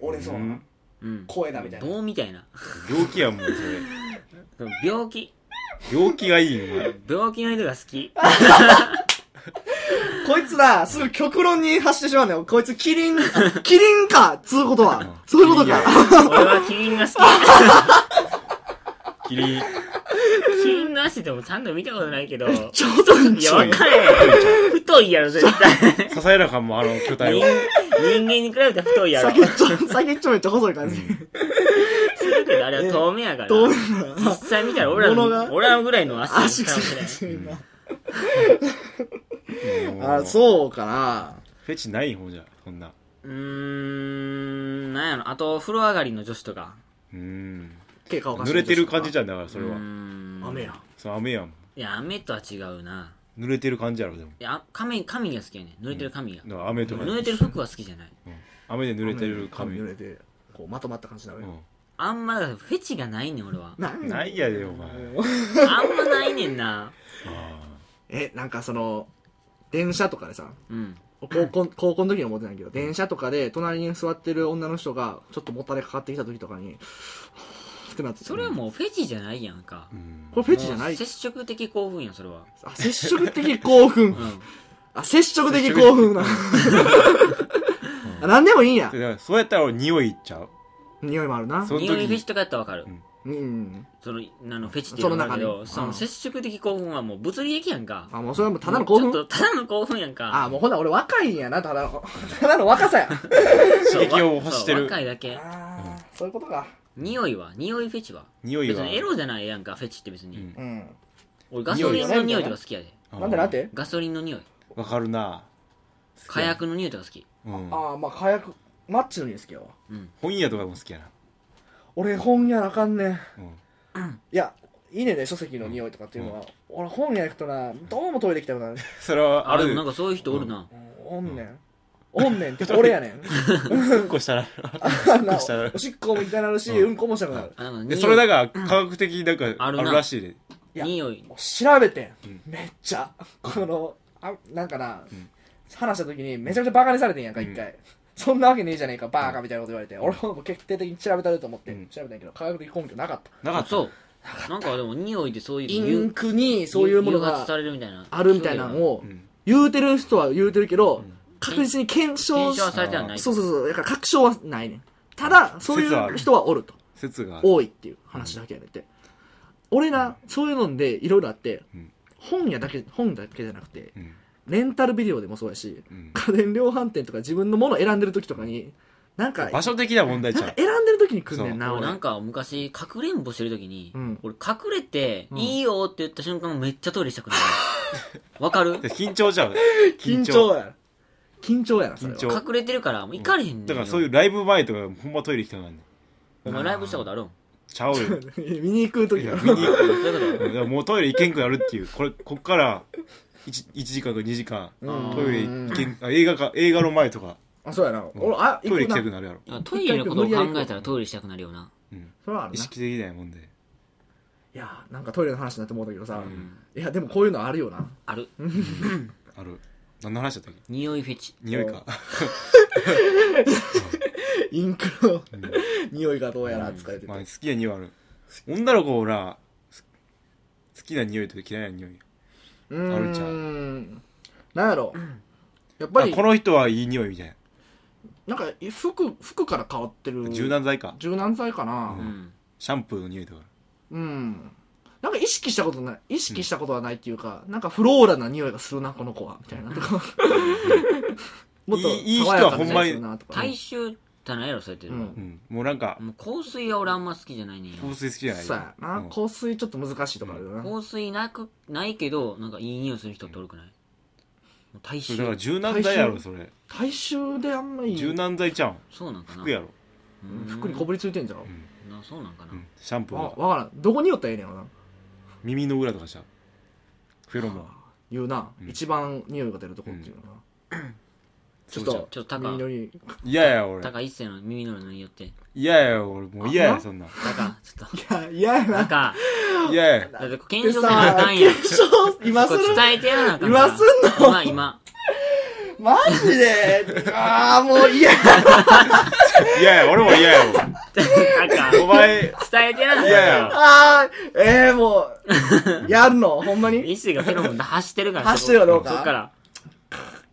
Speaker 3: 俺そうな
Speaker 1: うん。
Speaker 3: 声だみたいな
Speaker 1: 棒みたいな。
Speaker 2: 病気やもんそれ
Speaker 1: 病気。
Speaker 2: 病気がいいよお前
Speaker 1: 病気の人が好き。
Speaker 3: こいつらすぐ極論に走ってしまうんだよこいつキ リンキリンかつうことはそういうことか
Speaker 1: 俺はキリンが好き。
Speaker 2: キリン
Speaker 1: キリンの足でもちゃんと見たことな いけど。い
Speaker 3: ちょっとん
Speaker 1: や、わかれへん。太いやろ、絶 対。
Speaker 2: 支えなあかんもんあの巨体を
Speaker 1: 人人間に比べて太いやろ。
Speaker 3: 先っちょ先っちょめっちゃ細い感じ
Speaker 1: だけどあれは透明やから。
Speaker 3: 透明
Speaker 1: 実際見たら俺ら
Speaker 3: 物が
Speaker 1: の、俺らぐらいの
Speaker 3: 足
Speaker 1: 足
Speaker 3: く
Speaker 1: かもしれない。
Speaker 3: せえな
Speaker 2: うん
Speaker 3: あそうかな
Speaker 2: フェチない方じゃそんな
Speaker 1: うーん、なんやろ。あと、風呂上がりの女子とか。
Speaker 2: うん
Speaker 3: 結果おかしい
Speaker 2: 濡れてる感じじゃんだからそうれは
Speaker 1: ーん。
Speaker 3: 雨やん
Speaker 2: その雨やもん
Speaker 1: いや、雨とは違うな。
Speaker 2: 濡れてる感じやろでも
Speaker 1: いや、髪、髪が好きやねん濡れてる髪が。
Speaker 2: だから雨とか
Speaker 1: 濡れてる服は好きじゃない。
Speaker 2: 雨で濡れてる髪
Speaker 3: 濡れてこうまとまった感じになるよ。
Speaker 2: う
Speaker 1: あんま、だからフェチがないねん、俺は
Speaker 3: なん
Speaker 2: ん
Speaker 3: や
Speaker 2: ないやでお前
Speaker 1: あんまないねんな。
Speaker 3: えなんかその電車とかでさ
Speaker 1: うん。
Speaker 3: 高校高校の時に思ってないけど電車とかで隣に座ってる女の人がちょっともたれかかってきた時とかにってなって
Speaker 1: それはもうフェチじゃないやんか。
Speaker 2: うん
Speaker 3: これフェチじゃな
Speaker 1: も
Speaker 3: いう
Speaker 1: 接触的興奮やん、それは。
Speaker 3: あ接触的興奮
Speaker 1: うん。
Speaker 3: あ接触的興奮な あ何でもいいんや
Speaker 2: だからそうやったら俺匂いいっちゃう
Speaker 3: 匂いもあるな
Speaker 2: その時
Speaker 1: 匂いフェチとかやったらわかる。
Speaker 3: うん
Speaker 1: その、あの、フェチっていうのもあるけど、
Speaker 3: そ
Speaker 1: そ
Speaker 3: の中に
Speaker 1: の接触的興奮はもう物理的やんか。
Speaker 3: あもうそれはもうただの興奮
Speaker 1: ちょっと、ただの興奮やんか。
Speaker 3: あもうほな俺若いんやなただの ただの若さや
Speaker 1: そう
Speaker 2: 刺激を欲して
Speaker 1: そう
Speaker 2: る
Speaker 1: 若いだけ。
Speaker 3: あーそういうことか
Speaker 1: 匂いは匂いフェチは
Speaker 2: 匂い
Speaker 1: 別
Speaker 2: が
Speaker 1: にエロじゃないやんか、フェチって別に。
Speaker 2: うん
Speaker 3: うん
Speaker 1: 俺ガソリンの匂いとか好きやで。
Speaker 2: うん
Speaker 3: なんでなんて
Speaker 1: ガソリンの匂い。
Speaker 2: わかるな
Speaker 1: 火薬の匂いとか好き。
Speaker 2: うん
Speaker 3: ああまあ火薬マッチの匂い好きよ
Speaker 2: 本屋とかも好きやな
Speaker 3: 俺本屋あかんねん
Speaker 2: うん
Speaker 3: いやいいねんね書籍の匂いとかっていうのは、俺本屋行くとなどうもトイレ行きたくなる
Speaker 2: それはあ
Speaker 1: あれ
Speaker 2: る
Speaker 1: なんかそういう人おるな。
Speaker 3: おんねんおんねんって俺やねん
Speaker 2: うんこしたら
Speaker 3: あんな
Speaker 2: こしたら
Speaker 3: おしっこも痛なるし、
Speaker 2: う
Speaker 3: うんんこもしたくなる
Speaker 1: あ、なんか匂
Speaker 2: で
Speaker 1: い。
Speaker 2: それなんか科学的になんかあ
Speaker 1: あ
Speaker 2: る
Speaker 1: るな
Speaker 2: らしいで
Speaker 3: いや
Speaker 1: 匂い。
Speaker 3: もう調べてん、
Speaker 2: うん
Speaker 3: めっちゃこのあなんかな、
Speaker 2: ん
Speaker 3: 話した時にめちゃくちゃバカにされてんやんか
Speaker 2: うん
Speaker 3: 一回、そんなわけねえじゃねえかバーカみたいなこと言われて、俺ももう決定的に調べたると思って、
Speaker 2: うん
Speaker 3: 調べたんやけど科学的根拠なかった
Speaker 2: なかった
Speaker 1: そう。なんかでも匂いでそういう。
Speaker 3: インクにそういうもの
Speaker 1: 誘発
Speaker 3: が
Speaker 1: されるみたいな。
Speaker 3: あるみたいなのを
Speaker 2: ん
Speaker 3: 言うてる人は言うてるけど、確実に検証
Speaker 1: 検
Speaker 3: し
Speaker 1: 証はされてはない。
Speaker 3: そうそうそうだから確証はないねんただそうい
Speaker 2: 説はあ
Speaker 3: う
Speaker 2: る
Speaker 3: 人はおると
Speaker 2: 説がある
Speaker 3: 多いっていう話だけやねんて、俺なそういうのでいろいろあって、
Speaker 2: うん
Speaker 3: 本屋だけ本だけじゃなくて
Speaker 2: うん
Speaker 3: レンタルビデオでもそうやし、
Speaker 2: うん
Speaker 3: 家電量販店とか自分のもの選んでる時とかになんか
Speaker 2: 場所的な問題
Speaker 3: なん
Speaker 2: じ
Speaker 3: か
Speaker 2: ゃ
Speaker 3: 選んでる時に来んねんな
Speaker 1: 俺
Speaker 3: 俺
Speaker 1: なんか昔、かくれんぼしてるときに、
Speaker 3: うん
Speaker 1: 俺隠れて、いいよって言った瞬間めっちゃトイレしたくなる。 わかる
Speaker 2: ん緊張じゃん
Speaker 3: 緊張や緊張やなそれは
Speaker 2: 緊張
Speaker 1: 隠れてるから、もう行かれへんねんよ。
Speaker 2: だからそういうライブ前とかほんまトイレ行きたくなんねん
Speaker 1: お前ライブしたことあるん
Speaker 2: ちゃうよ
Speaker 3: 見に行く時
Speaker 2: い
Speaker 3: や
Speaker 2: や
Speaker 3: ろ
Speaker 2: 見に行く
Speaker 1: そういうこ
Speaker 2: だからもうトイレ行けんくなるっていうこれこっから 1, 時間か2時間
Speaker 3: うん
Speaker 2: トイレ行けんあ映画か映画の前とか
Speaker 3: あそうやな俺あ行
Speaker 2: トイレ
Speaker 3: く
Speaker 2: 行き
Speaker 3: な
Speaker 2: たくなるやろ、
Speaker 1: とトイレのことを考えたらトイレしたくなるよな。
Speaker 2: うん、
Speaker 3: それはある
Speaker 2: 意
Speaker 3: な
Speaker 2: 識的ないもんで
Speaker 3: いやなんかトイレの話になって思うたけどさ、
Speaker 2: ん
Speaker 3: いやでもこういうのあるよな
Speaker 1: ある。
Speaker 2: ある何の話だったっけ
Speaker 1: 匂いフェチ。
Speaker 2: 匂いか
Speaker 3: インクの匂いがどうやら使えてて、
Speaker 2: まあ好きな匂いある女の子ほらす好きな匂いと嫌いな匂い
Speaker 3: うーん
Speaker 2: あるんちゃ
Speaker 3: なんやろやっぱ
Speaker 2: あ
Speaker 3: り
Speaker 2: この人はいい匂いみたい
Speaker 3: なんか服服から変わってる
Speaker 2: な柔軟剤か
Speaker 3: 柔軟剤かな
Speaker 1: う、ん。
Speaker 2: シャンプーの匂いとか
Speaker 3: うん。なんか意識したことない。意識したことはないっていうか、なんかフローラな匂いがするな、この子は。みたいなとか。 もっと
Speaker 2: いいいい人
Speaker 3: 爽や
Speaker 2: は
Speaker 3: かな
Speaker 2: ほ
Speaker 3: ん匂
Speaker 2: ま
Speaker 3: いす
Speaker 2: に
Speaker 3: るなとか。
Speaker 1: 大衆じゃないやろ、そうやって。
Speaker 3: うん
Speaker 2: うんもうなんか
Speaker 1: もう香水は俺あんま好きじゃないねんよ
Speaker 2: 香水好きじゃない
Speaker 3: そうやな。香水ちょっと難しいとこあるよな。
Speaker 1: 香水なく、ないけど、なんかいい匂いする人っておるくないもう大
Speaker 2: そ
Speaker 1: 衆
Speaker 2: れだから柔軟剤やろそれ
Speaker 3: 大衆であんまり
Speaker 2: 柔軟剤ちゃうん
Speaker 1: そうなんかな
Speaker 2: 服やろ、
Speaker 1: うん
Speaker 3: 服にこびりついてんじゃん。
Speaker 1: なそうなんかな、
Speaker 2: うん、シャンプ
Speaker 3: あ、
Speaker 2: ー
Speaker 3: わ
Speaker 2: とか
Speaker 3: からん。どこにおったらええねやろな。
Speaker 2: 耳の裏とかちゃうフェロモン
Speaker 3: 言うな
Speaker 2: う。ん
Speaker 3: 一番匂いが出るとこっていうのは。
Speaker 4: ちょっと
Speaker 1: ちょっと高
Speaker 3: 耳のに
Speaker 2: 嫌や俺
Speaker 1: タカ一世の耳のに寄って
Speaker 2: 嫌や俺もう嫌やそんなん
Speaker 1: タカちょっと
Speaker 3: いやいや
Speaker 1: タ
Speaker 3: な
Speaker 1: カ
Speaker 2: 嫌や
Speaker 1: だって
Speaker 3: で
Speaker 1: 検証せなあ
Speaker 3: さ
Speaker 1: かんやん
Speaker 3: 検証今す
Speaker 1: こ
Speaker 3: る
Speaker 1: れ伝えてやらなあかん
Speaker 3: 今すんの
Speaker 1: 今今
Speaker 3: マジでああもういや
Speaker 2: 嫌や俺も嫌や
Speaker 1: タカ
Speaker 2: お前
Speaker 1: 伝えてやらなあかん
Speaker 2: いやいや
Speaker 3: あーええも うやんのほんまに
Speaker 1: 一世がフェロモンで走ってるから
Speaker 3: 走ってるかどうか
Speaker 1: そっ から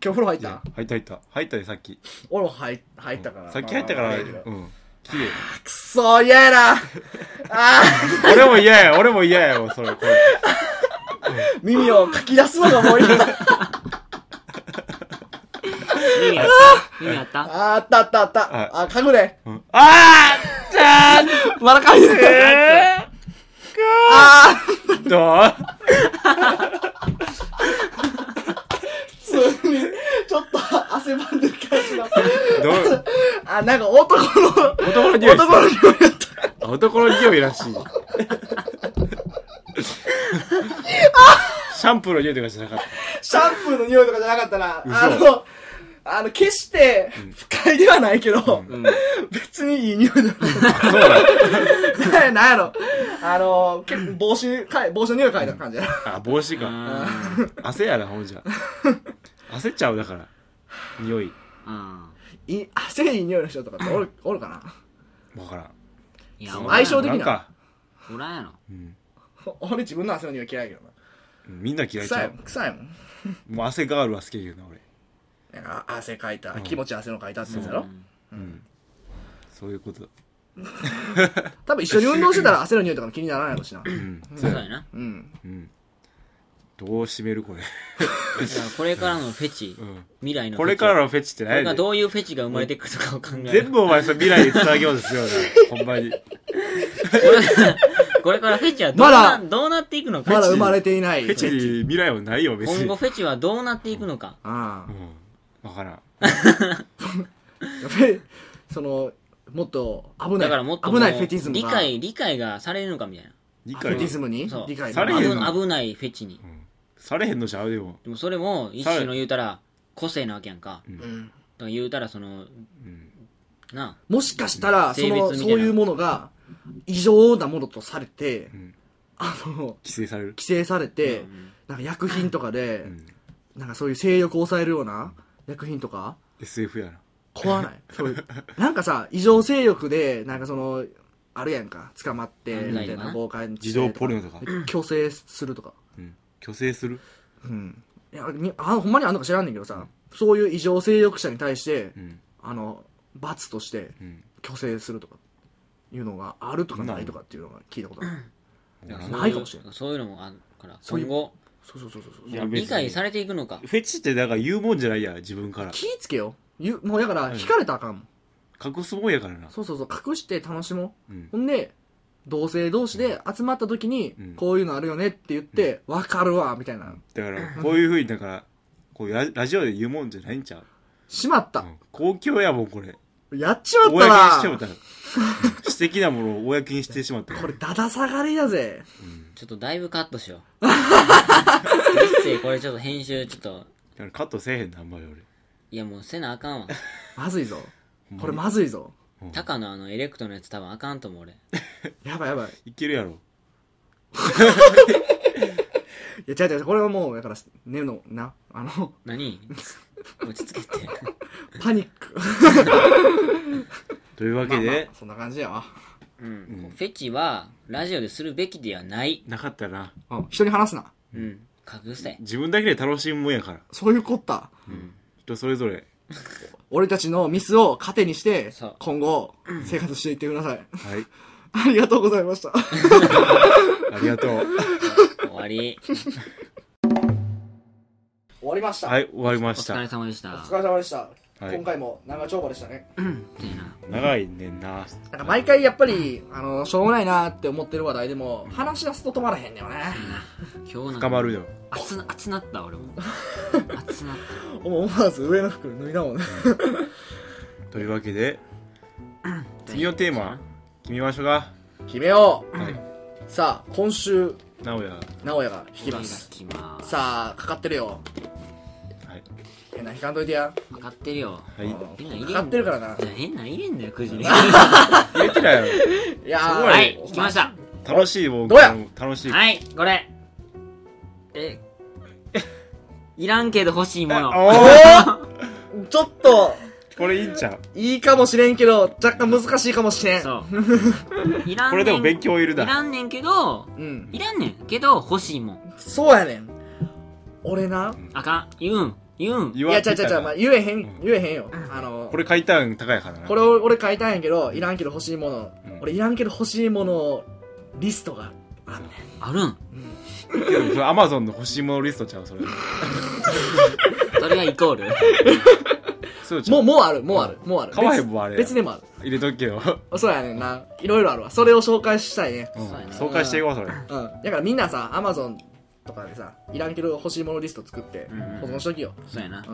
Speaker 3: 今日風呂入った
Speaker 2: 入った入った入ったでさっき
Speaker 3: 俺も入入ったから
Speaker 2: さっき入ったからう
Speaker 3: まあまあ
Speaker 2: ん綺麗
Speaker 3: くそ嫌やなあ
Speaker 2: 俺も嫌や俺も嫌やわそれこれ
Speaker 3: ー耳をかき出すのがもういい
Speaker 1: 耳あった耳あった
Speaker 3: あーあったあったあった、
Speaker 2: はい
Speaker 3: あかぐれ
Speaker 2: うんあ
Speaker 3: まだかい
Speaker 2: ー
Speaker 3: て
Speaker 2: え
Speaker 3: あー
Speaker 2: ーどう
Speaker 3: ついに ちょっと汗ばんでる感じの
Speaker 2: どう
Speaker 3: あなんか男の
Speaker 2: 男の匂い
Speaker 3: 男の匂いやった
Speaker 2: 男の匂いらしいシャンプーの匂いとかじゃなかっ
Speaker 3: シャンプーの匂いとかじゃなかったなあ
Speaker 2: 嘘
Speaker 3: のあの決して不快ではないけど、
Speaker 1: うん
Speaker 3: 別にいい匂いだよ。
Speaker 2: たそう
Speaker 3: な
Speaker 2: だ
Speaker 3: なんやろ。あの、結構帽子、かい帽子の匂い嗅いだ感じやな。
Speaker 2: あ帽子か
Speaker 1: あ
Speaker 2: 汗やなほんじゃ焦っちゃうだから匂い
Speaker 1: あ
Speaker 3: いい汗いい匂いの人とかっておるおるかな
Speaker 2: わからん
Speaker 1: いや
Speaker 3: 相性的な
Speaker 2: なんか、
Speaker 1: おらんやろ
Speaker 2: うん、
Speaker 3: 俺自分の汗の匂い嫌いやけどな。
Speaker 2: みんな嫌いち
Speaker 3: 臭
Speaker 2: ゃ
Speaker 3: いもん。
Speaker 2: う
Speaker 3: 臭いもん。
Speaker 2: もう汗ガールは好きやけどな
Speaker 3: な
Speaker 2: 俺、
Speaker 3: んかあ汗かいた、
Speaker 2: ん
Speaker 3: 気持ちいい汗のかいたってやつやろ
Speaker 2: うん、そういうこと
Speaker 3: 多分一緒に運動してたら汗の匂いとかも気にならないかもしれな
Speaker 2: う
Speaker 3: い。
Speaker 2: ん
Speaker 1: そ
Speaker 2: そうう
Speaker 1: や
Speaker 2: や、
Speaker 1: な
Speaker 3: うん。
Speaker 2: うん、どう締めるこれ、
Speaker 1: だからこれからのフェチ
Speaker 2: うん、
Speaker 1: 未来の
Speaker 2: これから
Speaker 1: の
Speaker 2: のフェチって
Speaker 1: これ
Speaker 2: 何
Speaker 1: から
Speaker 2: やねん
Speaker 1: どういうフェチが生まれてくるかを考える
Speaker 2: 全部お前それ未来につなげようとするよなほん まに
Speaker 1: これからこれからフェチはどう
Speaker 3: まだ
Speaker 1: な、どうなっていくのか。
Speaker 3: まだ生まれていない。
Speaker 2: フェチに未来はないよ別に
Speaker 1: 今後フェチはどうなっていくのか。
Speaker 3: ああ
Speaker 2: うん、わからん。
Speaker 3: やっぱりその、もっと危ない。
Speaker 1: だからもっとも
Speaker 3: 危
Speaker 1: う
Speaker 3: ないフェティズムが。
Speaker 1: 理解、理解がされるのかみたいな。
Speaker 2: 理
Speaker 3: フ
Speaker 2: 解
Speaker 3: ェティズムに
Speaker 1: そう
Speaker 3: 理解
Speaker 2: されへんの
Speaker 1: 危危ないフェチに。
Speaker 2: されへんのちゃうでも。
Speaker 1: でもそれも、一種の言うたら、個性なわけやんか。だ
Speaker 3: うん
Speaker 1: から言うたら、その、
Speaker 2: うん。
Speaker 1: な
Speaker 3: もしかしたら、そ
Speaker 1: 性別
Speaker 3: の、
Speaker 1: みたいな
Speaker 3: そういうものが、異常なものとされて
Speaker 2: う、ん。
Speaker 3: あの、
Speaker 2: 規制される。
Speaker 3: 規制され
Speaker 1: あ。
Speaker 3: て、
Speaker 1: うん
Speaker 3: なんか薬品とかで、
Speaker 2: うん。
Speaker 3: なんかそういう性欲を抑えるような薬品とか、
Speaker 2: SF やな。
Speaker 3: 怖 ない。そういうなんかさ、異常性欲で、なんかその、あるやんか、捕まって、
Speaker 1: 犯
Speaker 3: みた
Speaker 1: 罪
Speaker 3: い
Speaker 1: な
Speaker 3: な豪快にして
Speaker 2: 自動ポルノとか。
Speaker 3: 強制するとか。
Speaker 2: うん。虚勢する。
Speaker 3: うん。いや、にあほんまにあんのか知らんねんけどさ、そういう異常性欲者に対して
Speaker 2: う、ん。
Speaker 3: あの、罰として、
Speaker 2: うん。
Speaker 3: 虚勢するとか、いうのがあるとかないとかっていうのが聞いたことある。
Speaker 1: だら
Speaker 2: な
Speaker 1: そ
Speaker 2: ん
Speaker 1: うう
Speaker 3: ないかもしれん
Speaker 1: そういうのもあるから、
Speaker 3: そうい
Speaker 1: 今
Speaker 3: う
Speaker 1: 後、
Speaker 3: そうそうそうそうそう
Speaker 2: い。や別に
Speaker 1: 理解されていくのか。
Speaker 2: フェチってだから言うもんじゃないや、自分から。
Speaker 3: 気ぃつけよ。ゆもうだから、惹かれたらあかんもん。
Speaker 2: 隠すもんやからな。
Speaker 3: そうそうそう、隠して楽しもう。
Speaker 2: うん。
Speaker 3: ほんで、同性同士で集まった時に
Speaker 2: うん、
Speaker 3: こういうのあるよねって言って、わかるわ、みたいな。
Speaker 2: だから、こういうふうに、だから、こうララジオで言うもんじゃないんちゃう
Speaker 3: しまっ
Speaker 2: う
Speaker 3: た。
Speaker 2: ん公共やもん、これ。
Speaker 3: やっちまった
Speaker 2: 公にしても
Speaker 3: な
Speaker 2: たら。私的なものを公にしてしまったら
Speaker 3: これ、だだ下がりやぜ。
Speaker 1: ちょっとだいぶカットしよ う。一世、これちょっと編集、ちょっと、
Speaker 2: だからカットせえへんな、あんまり俺。
Speaker 1: いやもうせなあかんわ。
Speaker 3: まずいぞ。これ
Speaker 2: ほんま
Speaker 3: まずいぞ。
Speaker 2: に
Speaker 1: タカのあの、エレクトのやつ多分あかんと思う、俺。
Speaker 3: やばいやばい。
Speaker 2: いけるやろ。
Speaker 3: いや、違う違う、これはもう、だから、ねの、な、あの、
Speaker 1: 何 落ち着けて。
Speaker 3: パニック。
Speaker 2: というわけ
Speaker 3: まあ
Speaker 2: で
Speaker 3: まあ、そんな感じやわ。
Speaker 1: うん、フェチはラジオでするべきではない、
Speaker 2: なかったな。
Speaker 3: うん人に話すな。
Speaker 1: うん、隠せ
Speaker 2: 自分だけで楽しむもんやから
Speaker 3: そういうこった。
Speaker 2: 人それぞれ
Speaker 3: 俺たちのミスを糧にして
Speaker 1: そう、
Speaker 3: 今後、生活していってください。
Speaker 2: はい
Speaker 3: ありがとうございました。
Speaker 2: ありがとう
Speaker 1: 終わり
Speaker 3: 終わりました。
Speaker 2: はい終わ り
Speaker 1: お
Speaker 2: ました
Speaker 1: 疲れ様でした
Speaker 3: お疲れ様でした。
Speaker 2: はい
Speaker 3: 今回も長丁場でしたね。
Speaker 1: みたいな
Speaker 2: 長いねんな
Speaker 3: なんか毎回やっぱり、あの、しょうもないなって思ってる話題でも、話し出すと止まらへんねよね。
Speaker 1: 今日なん
Speaker 2: 深まるよ
Speaker 1: 熱な熱なった俺も熱なった
Speaker 3: 思わず上の服脱いだもんね。
Speaker 2: というわけで次のテーマ決めましょうか
Speaker 3: 決めよう、
Speaker 2: はい
Speaker 3: さあ、今週、
Speaker 2: 直哉
Speaker 3: 直哉が弾き
Speaker 1: き
Speaker 3: ま。
Speaker 1: ますすきます
Speaker 3: さあ、かかってるよ。
Speaker 2: はい
Speaker 3: 変な引かんといてや
Speaker 1: 分かってるよ
Speaker 2: はい
Speaker 1: みんな入れん
Speaker 3: かかってるからな
Speaker 1: じゃあ変なん入れんだよく じに
Speaker 2: 入れてないよ
Speaker 3: いやー
Speaker 1: はい聞きました
Speaker 2: 楽しいもん
Speaker 3: どうや
Speaker 2: 楽しい
Speaker 1: はいこれえいらんけど欲しいもの
Speaker 2: お
Speaker 3: おーちょっと
Speaker 2: ーこれいいんちゃう
Speaker 3: いいかもしれんけど若干難しいかもしれん
Speaker 1: そう いらんねん
Speaker 2: これでも勉強いる
Speaker 1: い
Speaker 2: だ
Speaker 1: らんねんけど
Speaker 3: うん
Speaker 1: いらんねんけど欲しいもん
Speaker 3: そうやねん俺な
Speaker 1: あかん言うん言うん
Speaker 3: い
Speaker 2: 言わ
Speaker 3: や
Speaker 2: ん
Speaker 3: ちゃうちゃうちゃう、まあ、言えへん言えへんよあの
Speaker 2: これ書いたん高いからな
Speaker 3: これを俺書いたんやけどいらんけど欲しいもの、
Speaker 2: うん
Speaker 3: 俺いらんけど欲しいものリストがあんねん
Speaker 1: あるん
Speaker 2: アマゾンの欲しいものリストちゃうそれ
Speaker 1: それがイコール
Speaker 2: そうちゃ
Speaker 3: もう
Speaker 2: う
Speaker 3: もうあるもうあるもうある
Speaker 2: 買わへんもんあれや
Speaker 3: 別別でもあ
Speaker 2: 入れとけよ
Speaker 3: るそうやねんないろいろあるわそれを紹介したいね
Speaker 2: うん
Speaker 1: そうやな
Speaker 2: 紹介していこうそれ
Speaker 3: うんだからみんなさアマゾンとかでさいらんけど欲しいものリスト作って
Speaker 2: うんうん
Speaker 3: 保存しときよ、
Speaker 1: そうやな
Speaker 3: う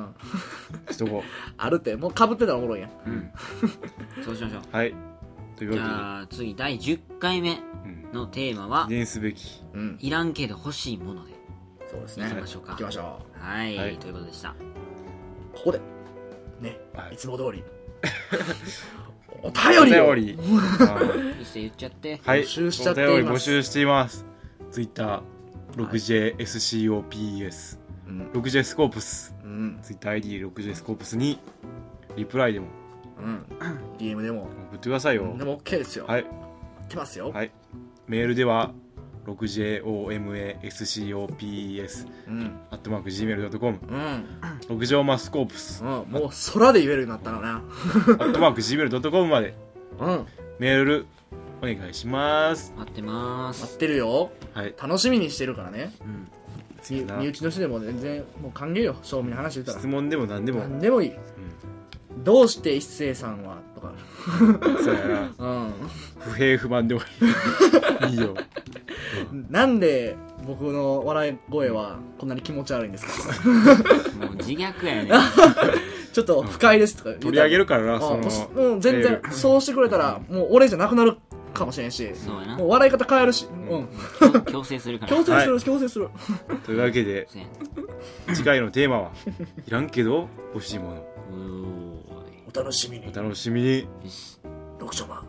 Speaker 3: ん、
Speaker 2: しとこ
Speaker 3: あるってもうかぶってたらおもろいやん
Speaker 2: ううん
Speaker 1: そうしましょう
Speaker 2: はいという
Speaker 1: じ
Speaker 2: わ
Speaker 1: ゃあ次第10回目
Speaker 2: けでうん
Speaker 1: のテーマは
Speaker 2: 記念すべき
Speaker 3: うん
Speaker 1: いらんけど欲しいもので
Speaker 3: そうです
Speaker 1: い
Speaker 3: ね
Speaker 1: きましょうか
Speaker 3: 行きましょ
Speaker 1: はい、
Speaker 2: はい
Speaker 1: ということでした
Speaker 3: うここでね
Speaker 2: はい
Speaker 3: いつも通り お便りを
Speaker 2: お便りはい
Speaker 1: 一斉言っちゃって
Speaker 2: はい
Speaker 3: 募集しちゃっています
Speaker 2: お便り募集していますツイッター 6JSCOPES
Speaker 3: うん、
Speaker 2: 6J スコープス
Speaker 3: うん
Speaker 2: ツイッター ID6J スコープスにリプライでも
Speaker 3: うん、DM でも
Speaker 2: 送ってくださいよ
Speaker 3: でも OK ですよ、
Speaker 2: はい
Speaker 3: 待ってますよ、
Speaker 2: はいメールでは 6JOMASCOPES
Speaker 3: うん
Speaker 2: アットマーク Gmail.com
Speaker 3: うん
Speaker 2: 六条マスコープス
Speaker 3: うん、もう空で言えるようになったのな
Speaker 2: アットマーク Gmail.com まで
Speaker 3: うん
Speaker 2: メールお願いします
Speaker 1: 待ってまー
Speaker 3: 待っ
Speaker 1: す
Speaker 3: てるよ
Speaker 2: はい
Speaker 3: 楽しみにしてるからね
Speaker 2: うん
Speaker 3: み身内の人でも全然もう歓迎よ正味の話言った
Speaker 2: 質
Speaker 3: ら
Speaker 2: 問でも何でも
Speaker 3: 何でもいいどうして一星さんはとか
Speaker 2: そうやな
Speaker 3: う
Speaker 2: 不平不満でもいいいいよ
Speaker 3: んなんで僕の笑い声はこんなに気持ち悪いんですか
Speaker 1: もう自虐やね
Speaker 3: ちょっと不快ですとか言うたら
Speaker 2: 取り上げるから
Speaker 3: あ
Speaker 2: なその
Speaker 3: もうすうん全
Speaker 2: メ
Speaker 3: 然
Speaker 2: ール
Speaker 3: そうしてくれたらもう俺じゃなくなるかもしれんし
Speaker 1: そうやな
Speaker 3: もう笑い方変えるし、うん、
Speaker 1: 強強制するから
Speaker 3: 強制する、強制する
Speaker 2: というわけで
Speaker 1: そうや
Speaker 2: 次回のテーマは「いらんけど欲しいもの
Speaker 1: おーい
Speaker 3: お楽しみに
Speaker 2: お楽しみに
Speaker 1: よし
Speaker 3: 読書マン